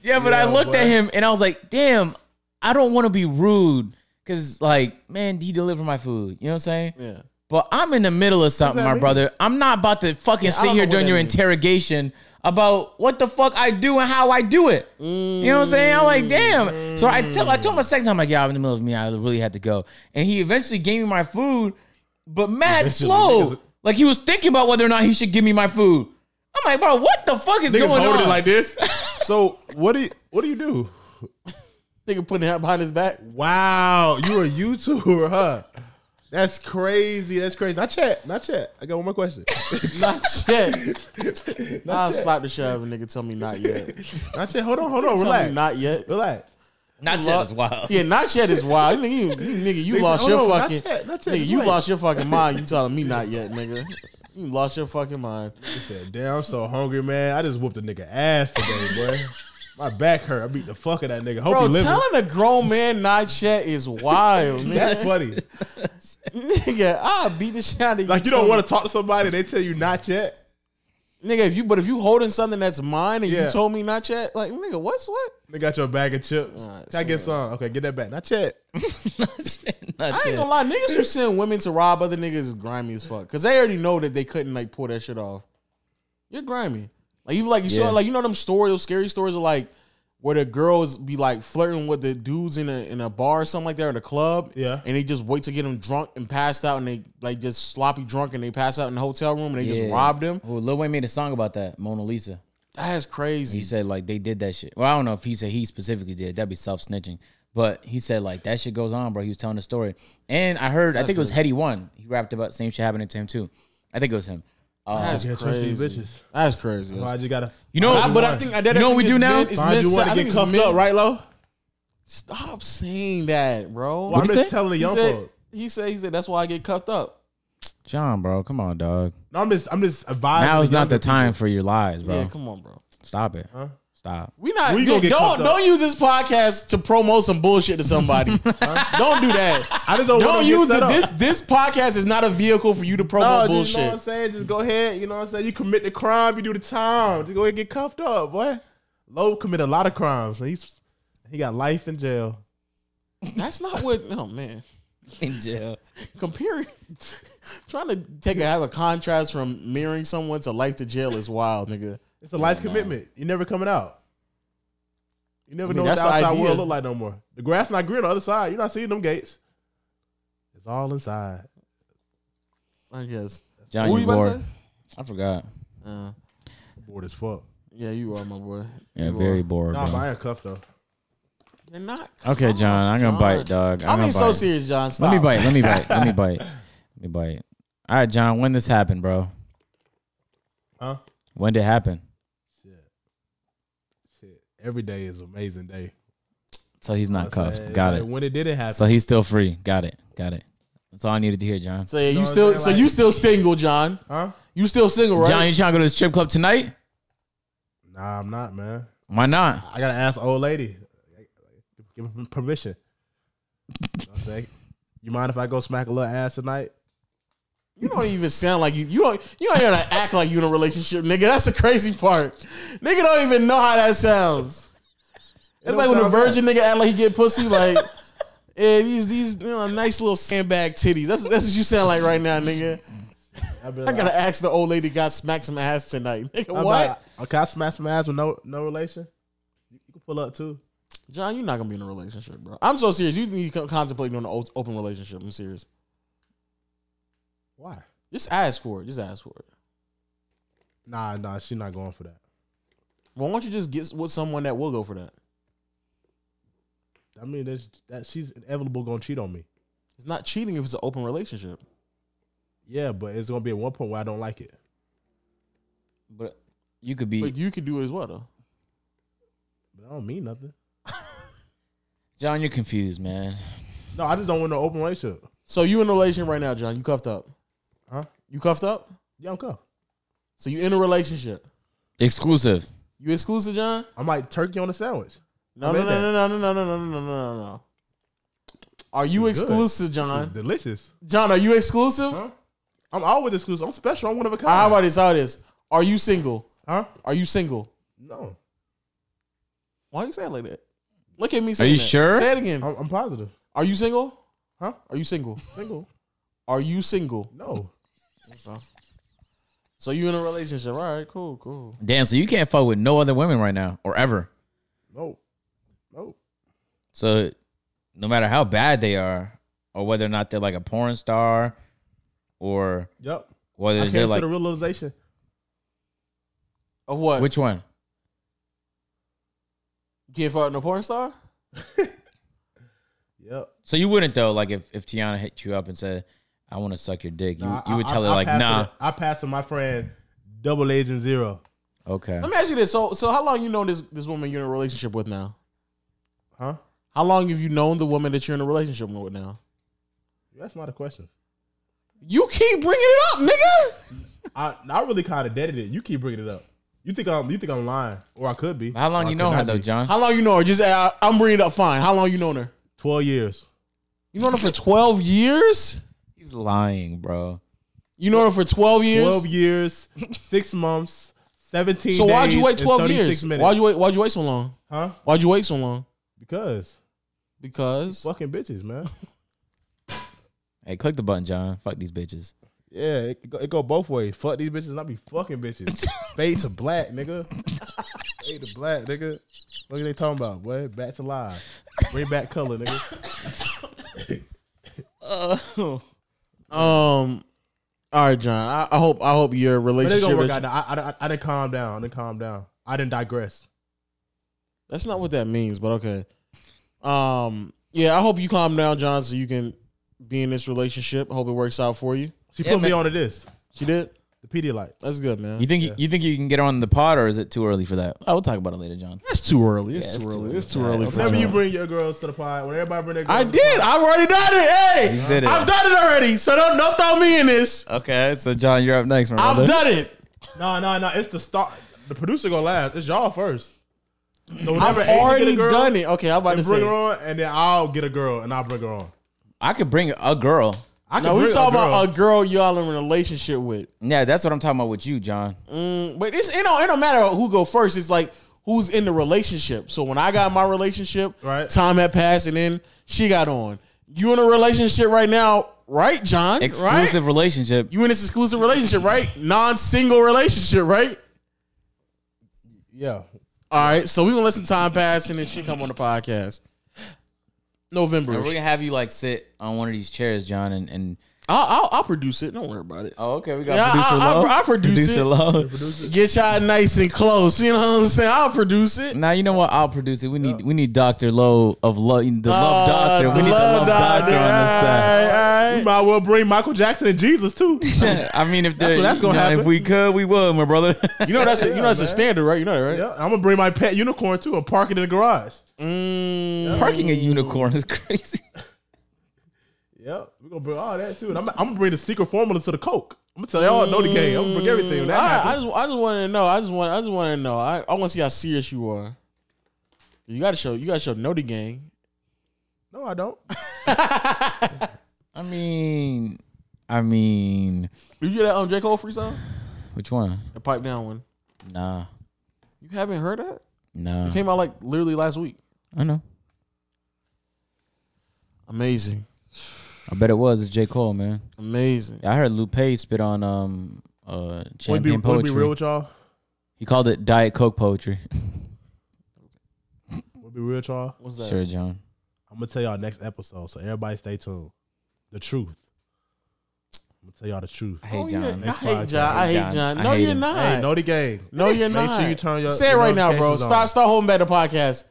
A: yeah, but I
C: Yeah,
A: looked
C: boy.
A: at him and I was like, damn, I don't want to be rude because, like, man, he delivered my food. You know what I'm saying?
B: Yeah,
A: But I'm in the middle of something,
C: that
A: my
C: mean?
A: brother. I'm not about to fucking
B: I
A: sit
B: don't
A: here
B: know what
A: during
B: that
A: your
B: means.
A: interrogation about what the fuck I do and how I do it. You know what I'm saying? I'm like, damn. So I tell I told him a second time, like, yeah, I'm in the middle of me. I really had to go. And he eventually gave me my food, but mad
C: niggas-
A: slow. Like he was thinking about whether or not he should give me my food. I'm like, bro, what the fuck is
C: Niggas
A: going
C: holding
A: on?
C: it like this. So what do you, what do you do?
B: nigga putting it behind his back.
C: Wow, you a YouTuber, huh? That's crazy. That's crazy. Not chat. Not chat. I got one more question.
B: Not yet.
C: Not
B: I'll
C: yet.
B: slap the shit out of a nigga. Tell me not yet.
C: Not yet. Hold on. Hold
B: Tell
C: on.
B: me
C: Relax.
B: not yet.
C: relax.
A: Not yet as well.
B: Yeah, not yet is wild. Nigga, you, you, nigga, you
C: They
B: lost
C: said,
B: your
C: "Oh, no,
B: fucking
C: not yet, not yet,
B: nigga.
C: just
B: You
C: wait."
B: lost your fucking mind. You telling me not yet, nigga? You lost your fucking mind.
C: He said, "Damn, I'm so hungry, man. I just whooped a nigga ass today, boy. My back hurt. I beat the fuck out of that nigga. Hope he
B: Bro,
C: living.
B: telling a grown man not yet is wild,
C: That's
B: nigga.
C: funny.
B: nigga, I beat the shit out of you.
C: Like you don't want to talk to somebody. They tell you not yet.
B: to, nigga. If you, but if you holding something that's mine and
C: Yeah.
B: you told me not yet, like, nigga, what's what?
C: They got your bag of chips.
B: All right,
C: Can I get some? Okay, get that back. Not yet.
A: Not
B: I ain't
A: yet.
B: gonna lie, niggas who send women to rob other niggas is grimy as fuck. Cause they already know that they couldn't like pull that shit off. You're grimy. Like you like you
A: Yeah.
B: saw like you know them stories, those scary stories are like where the girls be like flirting with the dudes in a in a bar or something like that or the club.
C: Yeah.
B: And they just wait to get them drunk and passed out and they like just sloppy drunk and they pass out in the hotel room and they just
A: Yeah.
B: robbed them.
A: Well, Lil Wayne made a song about that, Mona Lisa.
B: That's
A: He
B: crazy.
A: said like they did that shit. Well, I don't know if he said he specifically did. That'd be self snitching. But he said like that shit goes on, bro. He was telling the story, and I heard I think it was Hetty One. He rapped about same shit happening to him too. I think it was him. Uh,
B: That's
C: Yeah, trust
B: crazy.
C: these bitches.
B: That's crazy.
C: Why
B: That's-
C: you gotta?
A: you know,
B: But I, but I think I
A: you know what we do now.
B: It's
C: Why
B: mid, I
C: you want to
B: think
C: get
B: it's
C: cuffed
B: mid-
C: up, right, Lo?
B: Stop saying that, bro.
C: Well, I'm
A: he
C: just
A: say?
C: telling the
B: He
C: young
B: said-
C: folk.
B: He said, he said, that's why I get cuffed up.
A: John, bro, come on, dog.
C: No, I'm just, I'm just advising.
A: Now is not
C: younger
A: the time for your lies, bro.
B: Yeah, come on, bro.
A: Stop it.
C: Huh?
A: Stop.
B: We not
C: We
B: we
C: gonna
B: don't
C: get
B: don't,
C: cuffed up.
B: don't use this podcast to promote some bullshit to somebody. don't do that.
C: I just don't,
B: Don't
C: want
B: use
C: to
B: it. This this podcast is not a vehicle for you to promote
C: No, just, you know what I'm
B: bullshit.
C: saying? Just go ahead. You know what I'm saying? You commit the crime, you do the time. Just go ahead and get cuffed up, boy. Lo commit a lot of crimes. and He's he got life in jail.
B: That's not what. No man,
A: In jail.
B: comparing trying to take a, have a contrast from marrying someone to life to jail is wild, nigga.
C: It's a life commitment. You're never coming out. You never
B: mean,
C: know what
B: that's
C: the
B: the
C: outside
B: idea.
C: world look like no more. The grass not green on the other side. You're not seeing them gates. It's all inside.
B: I guess.
A: John,
B: What
A: you
B: were you about to
A: bored. I forgot.
B: Uh,
C: Bored as fuck.
B: yeah, you are my boy.
A: Yeah,
B: You
A: very
B: are.
A: bored.
C: Nah,
A: bro.
C: but I ain't cuffed though.
B: You're not.
A: Okay, John, I'm gonna
B: John.
A: bite, dog. I'm
B: I
A: gonna
B: mean, so
A: bite.
B: serious, John. Stop.
A: Let me bite. Let me bite. Let me bite. Let me bite. All right, John. When this happened, bro?
C: Huh?
A: When did it happen?
C: Shit. Shit. Every day is an amazing day.
A: So he's not
C: Like,
A: cuffed. Got
C: like,
A: it.
C: When it didn't happen.
A: So he's still free. Got it. Got it. That's all I needed to hear, John.
B: So yeah, you
C: what I'm
B: still
C: saying?
B: so
C: Like-
B: you still single, John.
C: huh?
B: You still single, right?
A: John, you trying to go to the strip club tonight?
C: Nah, I'm not, man.
A: Why not?
C: I gotta ask old lady. Give her permission. You, know what I'm saying? You mind if I go smack a little ass tonight?
B: You don't even sound like you. You don't. You don't even act like you in a relationship, nigga. That's the crazy part. Nigga don't even know how that sounds. It's
C: don't
B: like when a
C: sound
B: virgin nigga act like he get pussy. Like, yeah, these these you know, nice little sandbag titties. That's that's what you sound like right now, nigga.
C: I've been
B: I gotta ask the old lady got smacked some ass tonight, nigga.
C: I'm
B: what?
C: Like, okay, I smash some ass with no no relation. You, you can pull up too.
B: John, you're not gonna be in a relationship, bro. I'm so serious. You need to contemplate doing an o- open relationship. I'm serious.
C: Why?
B: Just ask for it. Just ask for it.
C: Nah, nah, she's not going for that.
B: Why don't you just get with someone that will go for that?
C: I mean, there's that she's inevitable gonna cheat on me.
B: It's not cheating if it's an open relationship.
C: Yeah, but it's gonna be at one point where I don't like it.
A: But you could be
B: But you could do it as well, though.
C: But I don't mean nothing.
A: John. You're confused, man.
C: No, I just don't want no open relationship.
B: So you in a relationship right now, John? You cuffed up?
C: Huh?
B: You cuffed up?
C: Yeah, I'm cuffed.
B: So you in a relationship?
A: Exclusive.
B: You exclusive, John?
C: I'm like turkey on a sandwich.
B: No,
C: I'm
B: no,
C: in
B: no, no, no, no, no, no, no, no, no, no, no. Are you
C: This is good.
B: exclusive,
C: This is
B: John?
C: delicious.
B: John, are you exclusive?
C: Huh? I'm always exclusive. I'm special. I'm one of a kind.
B: How about this? How about this? Are you single?
C: Huh?
B: Are you single?
C: No,
B: Why you say it like that? Look at me. Saying
A: you
B: that.
A: sure?
B: Say it again.
C: I'm, I'm positive.
B: Are you single?
C: Huh?
B: Are you single?
C: Single?
B: Are you single?
C: No.
B: So you in a relationship? All right, cool, cool.
A: Damn. So you can't fuck with no other women right now or ever.
C: No. No.
A: So no matter how bad they are, or whether or not they're like a porn star, or
C: Yep. I
A: whether
C: came
A: they're
C: to
A: like
C: the realization.
B: Of what?
A: which one?
B: Can't fuck no porn star?
C: Yep.
A: So you wouldn't though, like if, if Tiana hit you up and said, "I want to suck your dick," you
C: Nah,
A: you would
C: I-
A: tell
C: I-
A: her
C: I
A: like,
C: passed
A: "Nah,
C: it. I passed to my friend double A's and zero.
A: okay."
B: Let me ask you this. So, so how long you know this this woman you're in a relationship with now?
C: Huh?
B: How long have you known the woman that you're in a relationship with now?
C: That's not a question.
B: You keep bringing it up, nigga.
C: I I really kind of deaded it. You keep bringing it up. You think I'm you think I'm lying, or I could be.
A: How long
C: Or I
A: you
C: could
A: know her
C: not
A: though,
C: be.
A: John?
B: How long you know her? Just I, I'm bringing it up. Fine. How long you known her?
C: Twelve years.
B: You known her for 12 years.
A: He's lying, bro.
B: You known her for 12 years.
C: Twelve years, six months, seventeen.
B: so why'd you
C: days,
B: wait
C: and
B: 12
C: 36
B: years?
C: Minutes.
B: Why'd you wait? Why'd you wait so long?
C: Huh?
B: Why'd you wait so long?
C: Because
B: Because
C: fucking bitches, man.
A: Hey, click the button, John. Fuck these bitches.
C: Yeah, it, go- it go both ways. Fuck these bitches, and I be fucking bitches. Fade to black, nigga. Fade to black, nigga. What are they talking about, boy? Back to live. Bring back color, nigga.
B: um, all right, John. I, I hope I hope your
C: But it's
B: relationship.
C: gonna work
B: that
C: out. I, I, I, I didn't calm down. I didn't calm down. I didn't digress.
B: you- that's not what that means, but okay. Um, yeah, I hope you calm down, John, so you can be in this relationship. I hope it works out for you.
C: She
A: Yeah,
C: put me
A: man.
C: on to this.
B: She did.
C: The Pedialyte.
B: That's good, man.
A: You think you, you think you can get her on the pod, or is it too early for that? I will talk about it later, John.
B: That's too early. It's
A: Yeah,
B: too
A: it's too
B: early.
A: early.
B: It's too early.
A: Yeah,
B: for
A: okay.
C: Whenever you
B: John.
C: bring your girls to the pod, when everybody bring their girls,
B: I
C: to the
B: did. I've already done it. Hey,
A: You did it.
B: I've done it already. So don't don't throw me in this.
A: Okay, so John, you're up next, my brother.
B: I've done it.
C: No, no, no. It's the start. The producer gonna last. It's y'all first. So
B: I've
C: whenever
B: already done it. Okay, I'm about to
C: And bring her
B: say.
C: on, and then I'll get a girl, and I'll bring her on.
A: I could bring a girl.
C: I
B: No, we
C: bring a
B: talking
C: girl.
B: about a girl y'all in a relationship with.
A: Yeah, that's what I'm talking about with you, John.
B: Mm, but it's it don't it don't matter who go first. It's like who's in the relationship. So when I got my relationship,
C: Right.
B: time had passed, and then she got on. You in a relationship right now, right, John?
A: Exclusive
B: Right?
A: relationship.
B: You in this exclusive relationship, right? Non-single relationship, right?
C: yeah.
B: All right. So we gonna let some time pass, and then she come on the podcast. November.
A: We're
B: I'll,
A: gonna have you like sit on one of these chairs, John, and, and
B: I'll I'll produce it. Don't worry about it.
A: oh, okay, we got
B: Yeah,
A: producer
B: I- I-
A: love.
B: I produce
A: producer
B: it.
A: love.
B: Get y'all nice and close. You know what I'm saying? I'll produce it.
A: Now you know what? I'll produce it. We need we need Doctor Low of Love, the Love
C: Oh,
A: Doctor. We need
B: Love
A: the Love Doctor, on this side.
B: All right, all
C: We
B: right.
C: might well bring Michael Jackson and Jesus too.
A: I mean, if there,
C: what that's
A: you
C: gonna
A: know,
C: happen.
A: if we could, we would, my brother.
B: You know that's a, you know that's a
C: man.
B: standard, right? You know that, right?
C: yeah, I'm gonna bring my pet unicorn too and park it in the garage.
B: Mm,
A: Parking a unicorn is crazy.
C: Yep, we're gonna bring all that too, and I'm, I'm gonna bring the secret formula to the Coke. I'm gonna tell y'all know the game. I'm gonna bring everything. when That
B: I, I
C: happens.
B: just I just want to know. I just want I just want to know. I, I want to see how serious you are. You gotta show you gotta show know the gang.
C: no, I don't.
A: I mean, I mean,
B: Did you hear that um J Cole free song?
A: which one?
B: The pipe down one.
A: Nah,
B: You haven't heard that?
A: nah.
B: It came out like literally last week.
A: I know.
B: Amazing,
A: I bet it was. It's J Cole, man.
B: amazing.
A: I heard Lupe spit on um uh
C: Wanna be,
A: champagne
C: wanna be
A: poetry.
C: real with y'all.
A: he called it Diet Coke poetry.
C: Wanna be real with y'all.
B: What's that?
A: sure, John.
C: I'm gonna tell y'all next episode, so everybody stay tuned. The truth. I'm gonna tell y'all the truth.
A: I
B: Oh,
A: hate
B: yeah.
A: John.
B: I
C: Next
B: hate
C: podcast.
B: John. I hate
A: John.
B: John.
A: I
B: No,
A: hate
B: you're
A: him.
C: Hey,
B: not.
C: know the game.
B: No, you're
C: Make
B: not.
C: sure you turn your
B: Say it
C: your
B: right now, bro.
C: notifications on.
B: Stop, stop holding back the podcast.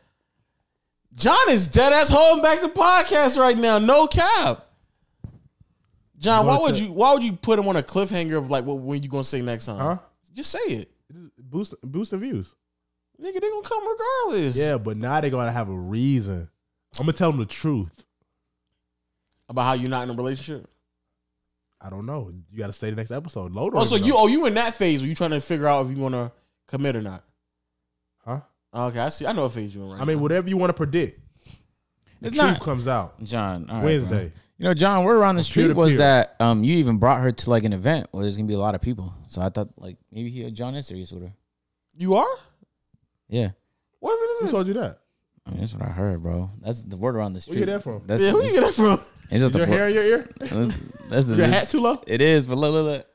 B: John is dead ass holding back the podcast right now. No cap. John, why
C: wanted
B: would
C: to-
B: you why would you put him on a cliffhanger of like what when you gonna say next time?
C: Huh?
B: Just say it.
C: Boost boost the views.
B: Nigga, they gonna come regardless.
C: Yeah, but now they're gonna have a reason. I'm gonna tell them the truth.
B: About how you're not in a relationship.
C: I don't know. You gotta stay the next episode. Load.
B: Oh, so you oh you in that phase where you trying to figure out if you wanna commit or not.
C: huh?
B: Okay, I see. I know what phase you're in right
C: I mean,
B: now.
C: whatever you want to predict. The
A: It's
C: truth
A: not-
C: comes out
A: John. all right, bro.
C: Wednesday.
A: You know, John, word around the
C: peer
A: street
C: to
A: was
C: peer.
A: that um, you even brought her to like an event where there's gonna be a lot of people. So I thought like maybe he John is serious with her.
B: you are?
A: Yeah,
B: What if it
C: Who
B: is?
C: told you that?
A: I mean that's what I heard, bro. That's the word around the street.
C: you get that from?
A: That's
B: Yeah, who you get that from?
A: it's
C: Is
A: just
C: your
A: a
C: hair
A: word.
C: in your ear?
A: That's, that's
C: Your
A: it's-
C: hat too low?
A: It is, but look, look, look.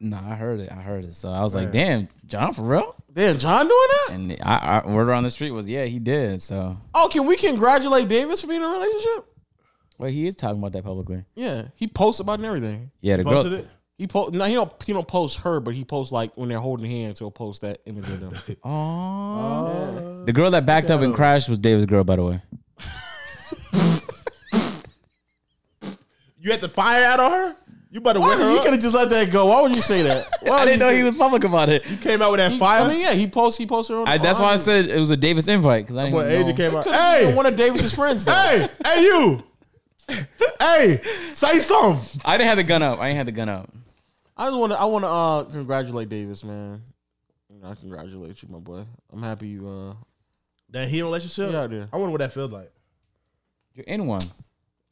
A: Nah, I heard it. I heard it. So I was like, damn, John, for real?
B: Damn, John doing that?
A: And I, I word around the street was, yeah, he did. So,
B: Oh, can we congratulate Davis for being in a relationship?
A: well, he is talking about that publicly.
B: Yeah. He posts about it and everything.
A: Yeah, the
C: Posted
A: girl.
C: it.
B: He post no, he don't he don't post her, but he posts like when they're holding hands, he'll post that image of them.
A: Aww.
C: Oh.
A: Oh. The girl that backed up and crashed was David's girl, by the way.
C: You had to fire out on her. You better
B: Why
C: win
B: would-
C: her.
B: you
C: up?
B: could have just let that go. Why would you say that? Why
A: I
B: would
A: didn't
B: you
A: know
B: say
A: he was public about it.
C: came out with that
B: that? He-
C: fire.
B: I mean, yeah, he posts he posted on.
A: I, that's why I said it was a Davis invite because I didn't
C: when
A: even know.
C: AJ came out.
B: could have
C: Hey,
B: one of Davis's friends. Though.
C: hey, hey, you. hey, say something.
A: I didn't have the gun up. I didn't have the gun up.
B: I just want to I want to uh, congratulate Davis, man. You know, I congratulate you, my boy. I'm happy you uh
C: That healing relationship.
B: Yeah, I did.
C: I wonder what that feels like.
A: You're in one.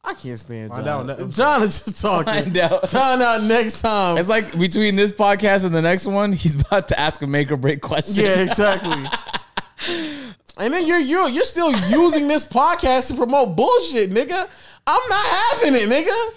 B: I can't stand
C: Find
B: John.
C: out next-
B: John is just talking.
A: Find out.
B: Find out next time.
A: It's like between this podcast and the next one, he's about to ask a make or break question.
B: Yeah, exactly. and then you're you're you're still using this podcast to promote bullshit, nigga. I'm not having it, nigga.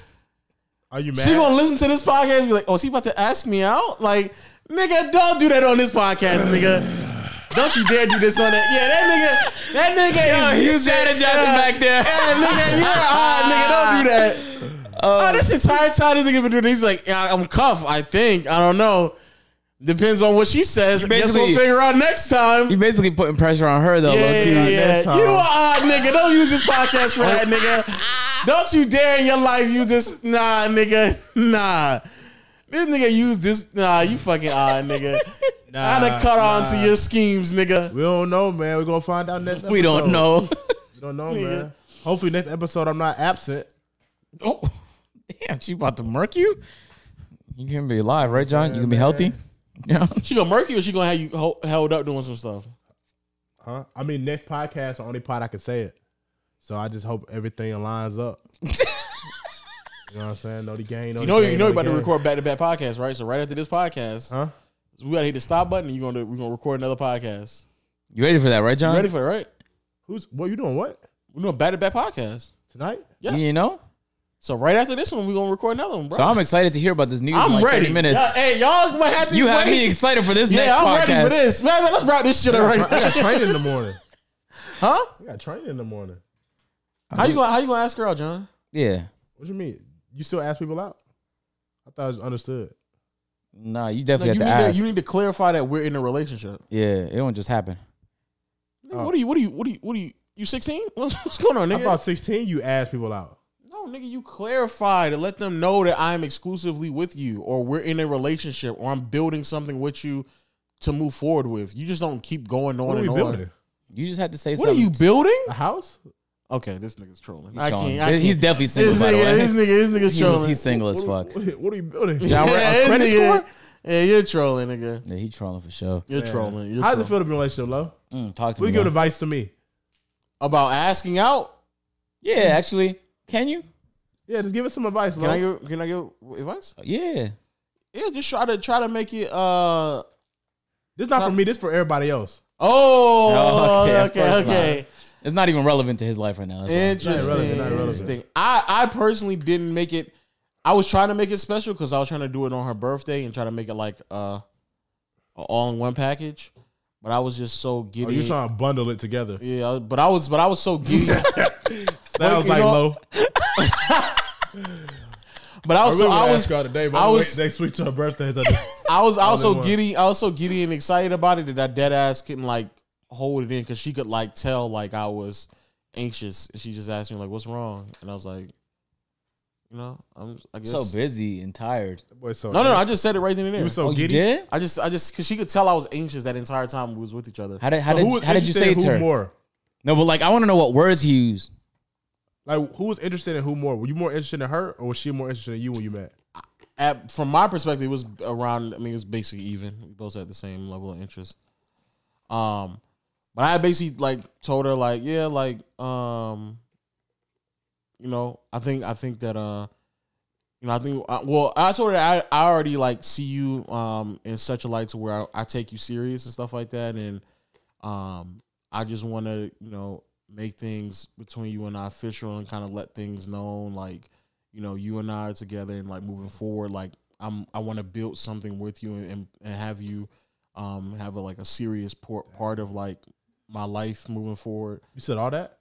C: Are you mad?
B: She gonna listen to this podcast and be like, oh, is he about to ask me out? Like, nigga, don't do that on this podcast, nigga. Don't you dare do this on that. Yeah, that nigga, that nigga
A: Yo,
B: is
A: he's strategizing back there.
B: Yeah, nigga, you're hot, nigga. Don't do that. Oh, this entire time this nigga been doing this, he's like, yeah, I'm cuff, I think. I don't know. Depends on what she says. Guess we'll
A: basically-
B: figure out next time.
A: You basically putting pressure on her though.
B: Yeah,
A: low-key.
B: yeah, yeah.
C: next
B: You
C: time.
B: a odd nigga. Don't use this podcast for that, nigga. Don't you dare in your life use this. Nah, nigga. Nah. This nigga use this. Nah, you fucking odd, nigga.
C: Nah,
B: I done cut on to
C: nah.
B: your schemes, nigga.
C: We don't know, man. We're gonna find out next. Episode.
A: We don't know.
C: We don't know,
B: Nigga.
C: man. Hopefully next episode I'm not absent.
A: oh, damn, she about to murk you. You can be alive, right, John? You
C: Yeah,
A: can be healthy. Yeah.
B: She gonna murk you or she gonna have you ho- held up doing some stuff?
C: Huh? I mean, next podcast the only pod I can say it. So I just hope everything aligns up. you know what I'm saying? Know the game. Know
B: You
C: the
B: know,
C: game,
B: you know,
C: the
B: you about to
C: game.
B: record back to back podcasts, right? So right after this podcast,
C: Huh?
B: we gotta hit the stop button. And you gonna we gonna record another podcast.
A: You ready for that, right,
B: You
A: John?
B: ready for it, right?
C: Who's? What you doing? What
B: We're doing back to back podcast.
C: tonight?
B: Yeah.
A: You know?
B: So right after this one, we gonna record another one, bro.
A: So I'm excited to hear about this news.
B: I'm
A: in like 30
B: ready.
A: Minutes.
B: Y'all- hey, y'all might have to
A: you have
B: wait.
A: me excited for this next
B: Yeah, I'm
A: podcast.
B: ready for this. Man, man, let's wrap this shit up
C: I
B: right
C: got
B: now.
C: training in the morning.
B: Huh?
C: I got training in the morning.
B: How you gonna how you gonna ask her out, John?
A: Yeah.
C: What you mean? You still ask people out? I thought it was understood.
A: Nah, you
B: No,
A: definitely
B: you, need
A: have to ask.
B: to, you need to clarify that we're in a relationship.
A: yeah, it won't just happen. Oh.
B: Nigga, What are you? What are you? What are you? What are you? You 16? What's what's going on,
C: I
B: nigga?
C: thought 16. You asked people out.
B: no, nigga, you clarify to let them know that I'm exclusively with you, or we're in a relationship, or I'm building something with you to move forward with. You just don't keep going on
C: What are we
B: and on.
C: building?
A: You just have to say
B: What are
A: something.
B: you building?
C: A house?
B: Okay, this nigga's trolling.
A: He's
B: I
A: trolling.
B: can't. I can't.
A: He's definitely single,
B: This
A: by the
B: nigga,
A: way.
B: this nigga, this nigga's
A: He was-
B: trolling.
A: he's single as
C: What-
A: fuck.
C: What, what are you building?
A: Yeah, we're-
B: Yeah,
A: a
B: this
A: credit
B: nigga-
A: score?
B: Yeah, you're trolling, nigga.
A: Yeah, he trolling for sure.
B: You're trolling. You're
C: How
B: trolling.
C: does it feel to be in a relationship, love?
A: Mm, talk to
C: We
A: me.
C: give
A: now.
C: advice to me.
B: about asking out?
A: yeah, actually, can you?
C: Yeah, just give us some advice,
B: Can I
C: love.
B: give Can I give advice?
A: Yeah.
B: Yeah, just try to try to make it. uh
C: This not for me. This for everybody else.
B: Oh,
A: okay,
B: okay,
A: of
B: okay,
A: course It's not even relevant to his life right now. That's why.
B: Interesting,
C: Not relevant, not relevant.
B: interesting. I I personally didn't make it. I was trying to make it special because I was trying to do it on her birthday and try to make it like uh a all in one package. But I was just so
C: Or
B: giddy.
C: Oh, you trying to bundle it together?
B: yeah, but I was but I was so giddy.
C: Sounds
B: you
C: like
B: know-
C: low.
B: but I was so I was
C: her today, but
B: I
C: I'm
B: was-
C: waiting next week to her birthday. It's like,
B: I was also
C: one.
B: giddy. I was so giddy and excited about it that I dead ass couldn't like hold it in because she could like tell like I was anxious, and she just asked me like, "What's wrong?" And I was like, "You know, I'm I guess."
D: So busy and tired.
C: That boy so
B: No, no, no, I just said it right then and
C: you
B: there.
C: were so
D: oh, you
C: giddy.
D: did?
B: I just, I just, cause she could tell I was anxious that entire time we was with each other.
D: How did how
C: So
D: did
C: who was
D: how did you
C: interested
D: say
C: in
D: it to
C: who
D: her?
C: more?
D: No, but like I want to know what words he used.
C: Like who was interested in who more? Were you more interested in her or was she more interested in you when you met?
B: At, from my perspective, it was around. I mean, it was basically even. We both had the same level of interest. Um, but I basically like told her like, yeah, like, um, you know, I think I think that uh, you know, I think I, well, I told her that I I already like see you um in such a light to where I, I take you serious and stuff like that, and um, I just want to you know make things between you and I official and kind of let things known like you know you and I are together and like moving forward like I'm I want to build something with you and, and, and have you um have a like a serious part part of like my life moving forward
C: You said all that?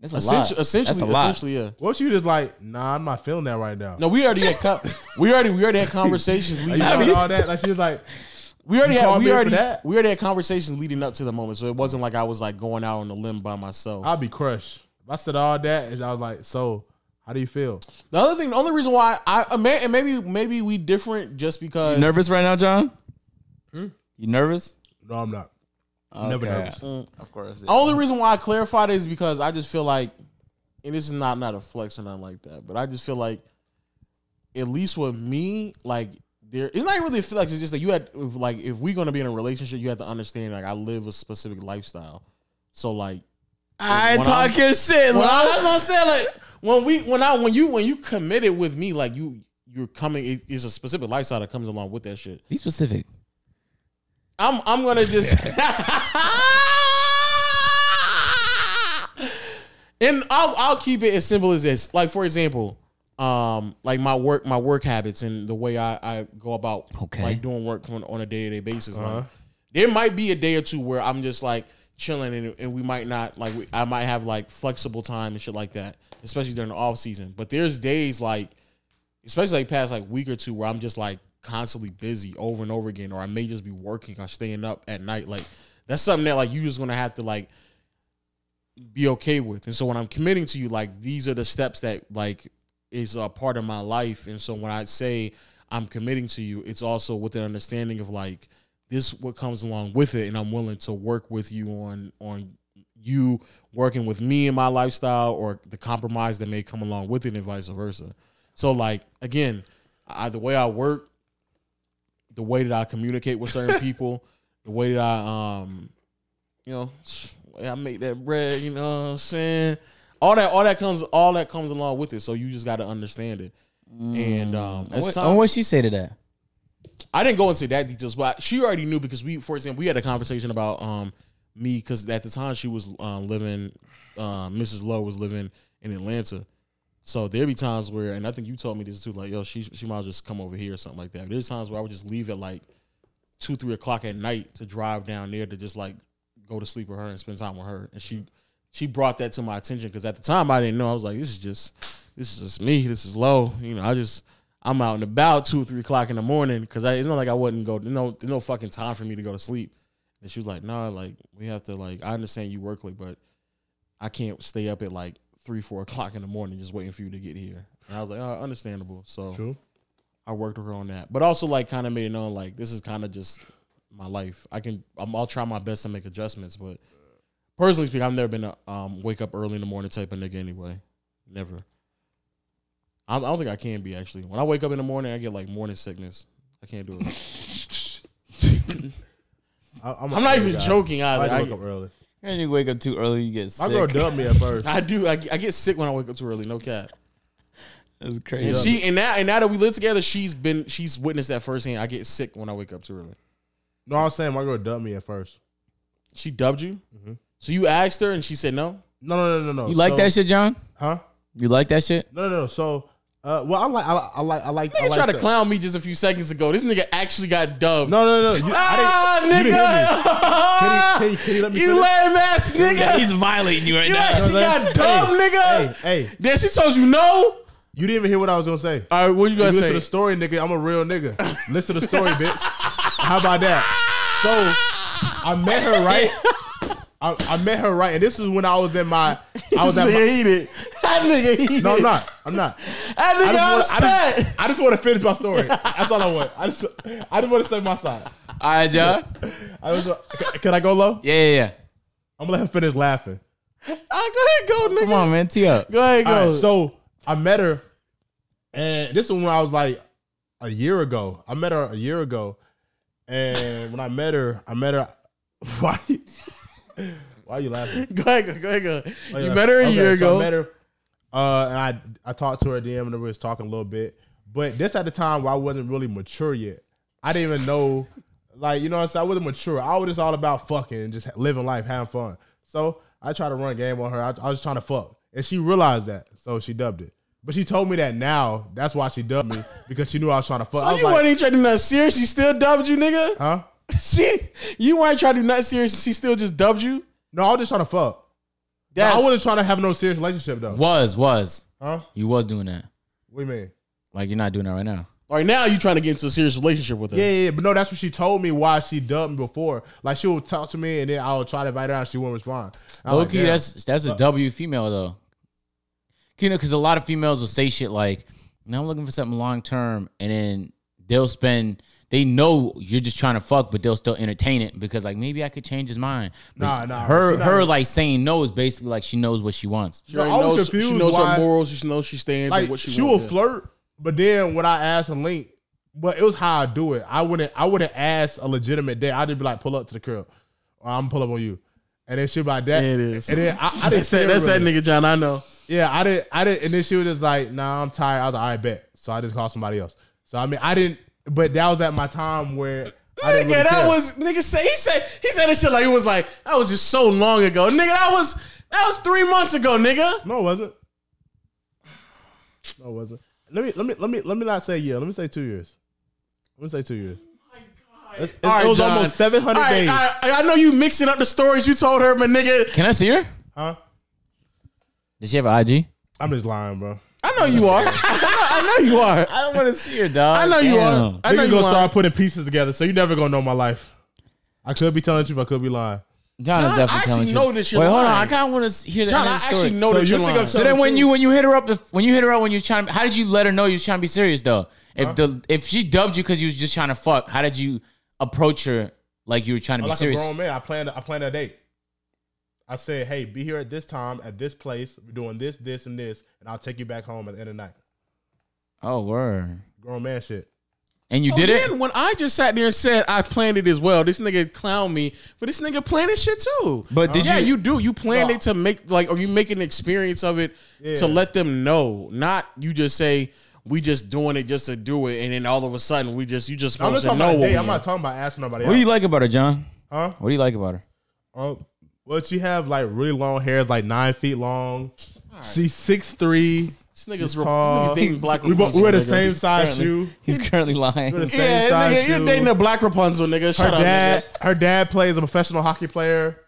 D: That's a lot.
B: essentially essentially,
D: That's a lot.
B: essentially yeah
C: What if you just like, nah, I'm not feeling that right now?
B: no we already had co- we already we already had conversations leading
C: Like, you
B: up.
C: said all that? Like she was like,
B: we already
C: you
B: had
C: called
B: we
C: me up for
B: already
C: that?
B: we already had conversations leading up to the moment so it wasn't like I was like going out on a limb by myself
C: I'll be crushed. If I said all that, and I was like, so how do you feel?
B: the other thing the only reason why I I may, and maybe maybe we different just because
D: You nervous right now, John? You nervous?
C: No, Hmm? I'm not. Never nervous.
D: Of course.
B: The only reason why I clarified it is because I just feel like, and this is not not a flex or nothing like that, but I just feel like, at least with me, like there, it's not even really a flex. It's just that you had, if, like, if we're gonna be in a relationship, you have to understand, like, I live a specific lifestyle, so like,
D: I
B: When
D: talk
B: I'm-
D: your shit,
B: when I, that's
D: love.
B: what I'm saying, like, when we, when I, when you, when you committed with me, like you. You're coming. It, it's a specific lifestyle that comes along with that shit.
D: Be specific.
B: I'm I'm gonna just and I'll I'll keep it as simple as this. Like for example, um, like my work my work habits and the way I, I go about
D: Okay.
B: like doing work on, on a day to day basis.
C: Uh-huh.
B: Like there might be a day or two where I'm just like chilling and, and we might not like we, I might have like flexible time and shit like that, especially during the off season. But there's days like especially like past like week or two where I'm just like constantly busy over and over again, or I may just be working or staying up at night. Like that's something that like you just gonna have to like be okay with. And so when I'm committing to you, like these are the steps that like is a part of my life. And so when I say I'm committing to you, it's also with an understanding of like this what comes along with it, and I'm willing to work with you on on you working with me in my lifestyle or the compromise that may come along with it and vice versa. So like again, I, the way I work, the way that I communicate with certain people, the way that I um, you know, the way I make that bread, you know what I'm saying? All that all that comes all that comes along with it. So you just got to understand it. And um as
D: What,
B: time
D: and what she say to that?
B: I didn't go into that details, but she already knew because we, for example, we had a conversation about um me because at the time she was um, living, uh, Mrs. Lowe was living in Atlanta, so there be times where, and I think you told me this too, like yo, she she might just come over here or something like that. There's times where I would just leave at like two, three o'clock at night to drive down there to just like go to sleep with her and spend time with her, and she she brought that to my attention because at the time I didn't know. I was like, this is just this is just me. This is low. You know, I just I'm out and about two, three o'clock in the morning because it's not like I wouldn't go. There's no, there's no fucking time for me to go to sleep. And she was like, nah, like we have to like I understand you work late, but I can't stay up at like three, four o'clock in the morning just waiting for you to get here. And I was like, oh, understandable. So
C: True.
B: I worked with her on that, but also like kind of made it known like this is kind of just my life. I can I'm, I'll try my best to make adjustments, but personally speaking, I've never been a um, wake up early in the morning type of nigga anyway. Never. I, I don't think I can be actually. When I wake up in the morning, I get like morning sickness. I can't do it.
C: I, I'm, a
B: I'm not
C: early
B: even
C: guy.
B: joking.
C: I like to
B: I,
C: wake up
B: I,
C: early.
D: And you wake up too early, you get
C: My
D: sick.
C: girl dubbed me at first.
B: I do. I, I get sick when I wake up too early. No cap.
D: That's
B: And
D: crazy.
B: she and now and now that we live together, she's been she's witnessed that firsthand. I get sick when I wake up too early.
C: No, I was saying my girl dubbed me at first.
B: She dubbed you.
C: Mm-hmm.
B: So you asked her and she said no.
C: No, no, no, no, no.
D: you like
C: So-
D: that shit, John?
C: Huh?
D: You like that shit?
C: No, no, no. So, uh, well, I like, I, I like, I like. I
B: Nigga
C: like
B: tried to
C: the-
B: clown me just a few seconds ago. This nigga actually got dubbed.
C: No, no, no. You,
B: ah,
C: I didn't, You didn't hear me.
B: nigga.
C: Can you- can you- can you let me
B: You
C: finish?
B: lame ass nigga.
D: He's violating you right
B: you
D: now.
B: actually Ah, got dubbed, nigga.
C: Hey, hey,
B: Then she told you no.
C: you didn't even hear what I was gonna say.
B: All right, what you gonna
C: You listen
B: say?
C: to the story, nigga. I'm a real nigga. Listen to the story, bitch. How about that? So I met her, right? I, I met her right, and this is when I was in my. I was at
B: That
C: my,
B: nigga eat it. That nigga eat
C: no, I'm
B: it.
C: not. I'm not.
B: That nigga
C: I, just wanna- I,
B: upset.
C: just, I just want to finish my story. That's all I want. I just I just want to say my side.
D: All right, y'all.
C: I just want- can, can I go low?
D: Yeah, yeah, yeah.
C: I'm gonna let him finish laughing.
B: Ah, go ahead, go, nigga.
D: Come on, man. Tee up.
B: Go ahead, go.
C: All right, so I met her, and this is when I was like a year ago. I met her a year ago, and when I met her, I met her. Why? Why are you laughing?
B: go ahead, go, go ahead, go.
C: Oh,
B: you
C: yeah.
B: met her a
C: Okay,
B: year
C: so
B: ago.
C: I met her, uh, and I I talked to her at DM and we was talking a little bit. But this at the time where I wasn't really mature yet. I didn't even know, like you know, what I'm saying? I wasn't mature. I was just all about fucking, and just living life, having fun. So I tried to run a game on her. I, I was trying to fuck, and she realized that, so she dubbed it. But she told me that now. That's why she dubbed me because she knew I was trying to fuck. I
B: so
C: was
B: you
C: like,
B: weren't even trying to do nothing serious. She still dubbed you, nigga.
C: huh?
B: She, you weren't trying to do nothing serious. She still just dubbed you.
C: No, I was just trying to fuck. No,
B: That's
C: I wasn't trying to have no serious relationship though.
A: Was was
C: Huh?
A: you was doing that?
C: What do you mean?
A: Like you're not doing that right now.
B: Right now, you trying to get into a serious relationship with her.
C: Yeah, yeah, yeah, but no, that's what she told me why she dubbed me before. Like she would talk to me and then I would try to invite her out and she wouldn't respond. I was like,
A: Okay,
C: damn.
A: that's that's a W female though. You know, because a lot of females will say shit like, "Now I'm looking for something long term," and then they'll spend. They know you're just trying to fuck, but they'll still entertain it because like maybe I could change his mind. But
C: Nah, nah,
A: Her
C: she not-
A: her like saying no is basically like she knows what she wants.
B: She
C: No,
B: already
C: I was
B: knows, she
C: confused
B: knows
C: why-
B: her morals. She knows she stands
C: like
B: and what she,
C: she, will
B: wants.
C: flirt, but then when I asked a link, but it was how I do it. I wouldn't I wouldn't ask a legitimate date. I'd just be like, pull up to the crib. Or I'm gonna pull up on you. And then she like that.
B: Yeah, it is.
C: And then I, I didn't
B: That's, that,
C: feel
B: that's that
C: really-
B: nigga, John. I know.
C: Yeah, I didn't. I didn't. And then she was just like, "Nah, I'm tired." I was like, "I bet." So I just called somebody else. So I mean, I didn't. But that was at my time where I
B: Nigga,
C: didn't really
B: that
C: care.
B: was nigga say he said he said that shit like it was like that was just so long ago. Nigga, that was that was three months ago, nigga.
C: No, it wasn't. No, it wasn't. Let me let me let me let me not say yeah. Let me say two years. Let me say two years. It's- it,
B: All right,
C: was
B: John.
C: almost seven hundred
B: All right,
C: days.
B: I, I- I know you mixing up the stories you told her, but nigga,
A: Can I see her?
C: Huh?
A: Does she have an IG?
C: I'm just lying, bro.
B: I know you are. I know, I know you are.
A: I don't want to see her, dog.
B: I know you are. I know
C: Niggas
B: you
C: gonna
B: are.
C: start putting pieces together, so you never gonna know my life. I could be telling the truth. I could be lying.
A: John is
B: John, I
A: definitely
B: actually
A: telling the
B: know
A: truth.
B: that you're
A: Wait, hold on. I
B: lying.
A: kind of want to hear that.
B: John, I actually know
C: So
B: that
C: you
B: you're
C: think I'm
B: lying.
A: So
C: telling-
A: then, when
C: True.
A: you when you hit her up, the, when you hit her up, when you trying, how did you let her know you was trying to be serious though? If the if she dubbed you because you was just trying to fuck, how did you approach her like you were trying to
C: I'm
A: be
C: like
A: serious?
C: a grown man. I planned. I planned a date. I said, "Hey, be here at this time at this place. We're doing this, this, and this, and I'll take you back home at the end of the night."
A: Oh word!
C: Grown man shit.
A: And
C: Oh,
A: you did it.
B: Then Oh, when I just sat there and said I planned it as well, this nigga clown me, but this nigga planning shit too.
A: But did
B: yeah,
A: you-
B: you do. You planned
C: No.
B: it to make like, or you make an experience of it
C: Yeah.
B: to let them know, not you just say we just doing it just to do it, and then all of a sudden we just you just
C: I'm
B: supposed
C: not
B: to
C: talking
B: know
C: about
B: what.
C: a date.
B: we
C: I'm
B: want.
C: not talking about asking nobody.
A: What do
C: out.
A: you like about her, John?
C: Huh?
A: What do you like about her?
C: Um, well, she have like really long hair, it's like nine feet long. She's six three.
B: This nigga's
C: She's
B: re-
C: tall.
B: nigga's dating black.
C: We both,
B: Rapunzel,
C: we're the
B: nigga.
C: same size
D: Apparently.
C: shoe.
D: He's currently
C: We're the
D: lying.
C: same
B: Yeah,
C: size
B: nigga,
C: shoe.
B: you're dating a black Rapunzel, nigga.
C: her
B: Shut up,
C: dad.
B: nigga.
C: Her dad plays a professional hockey player.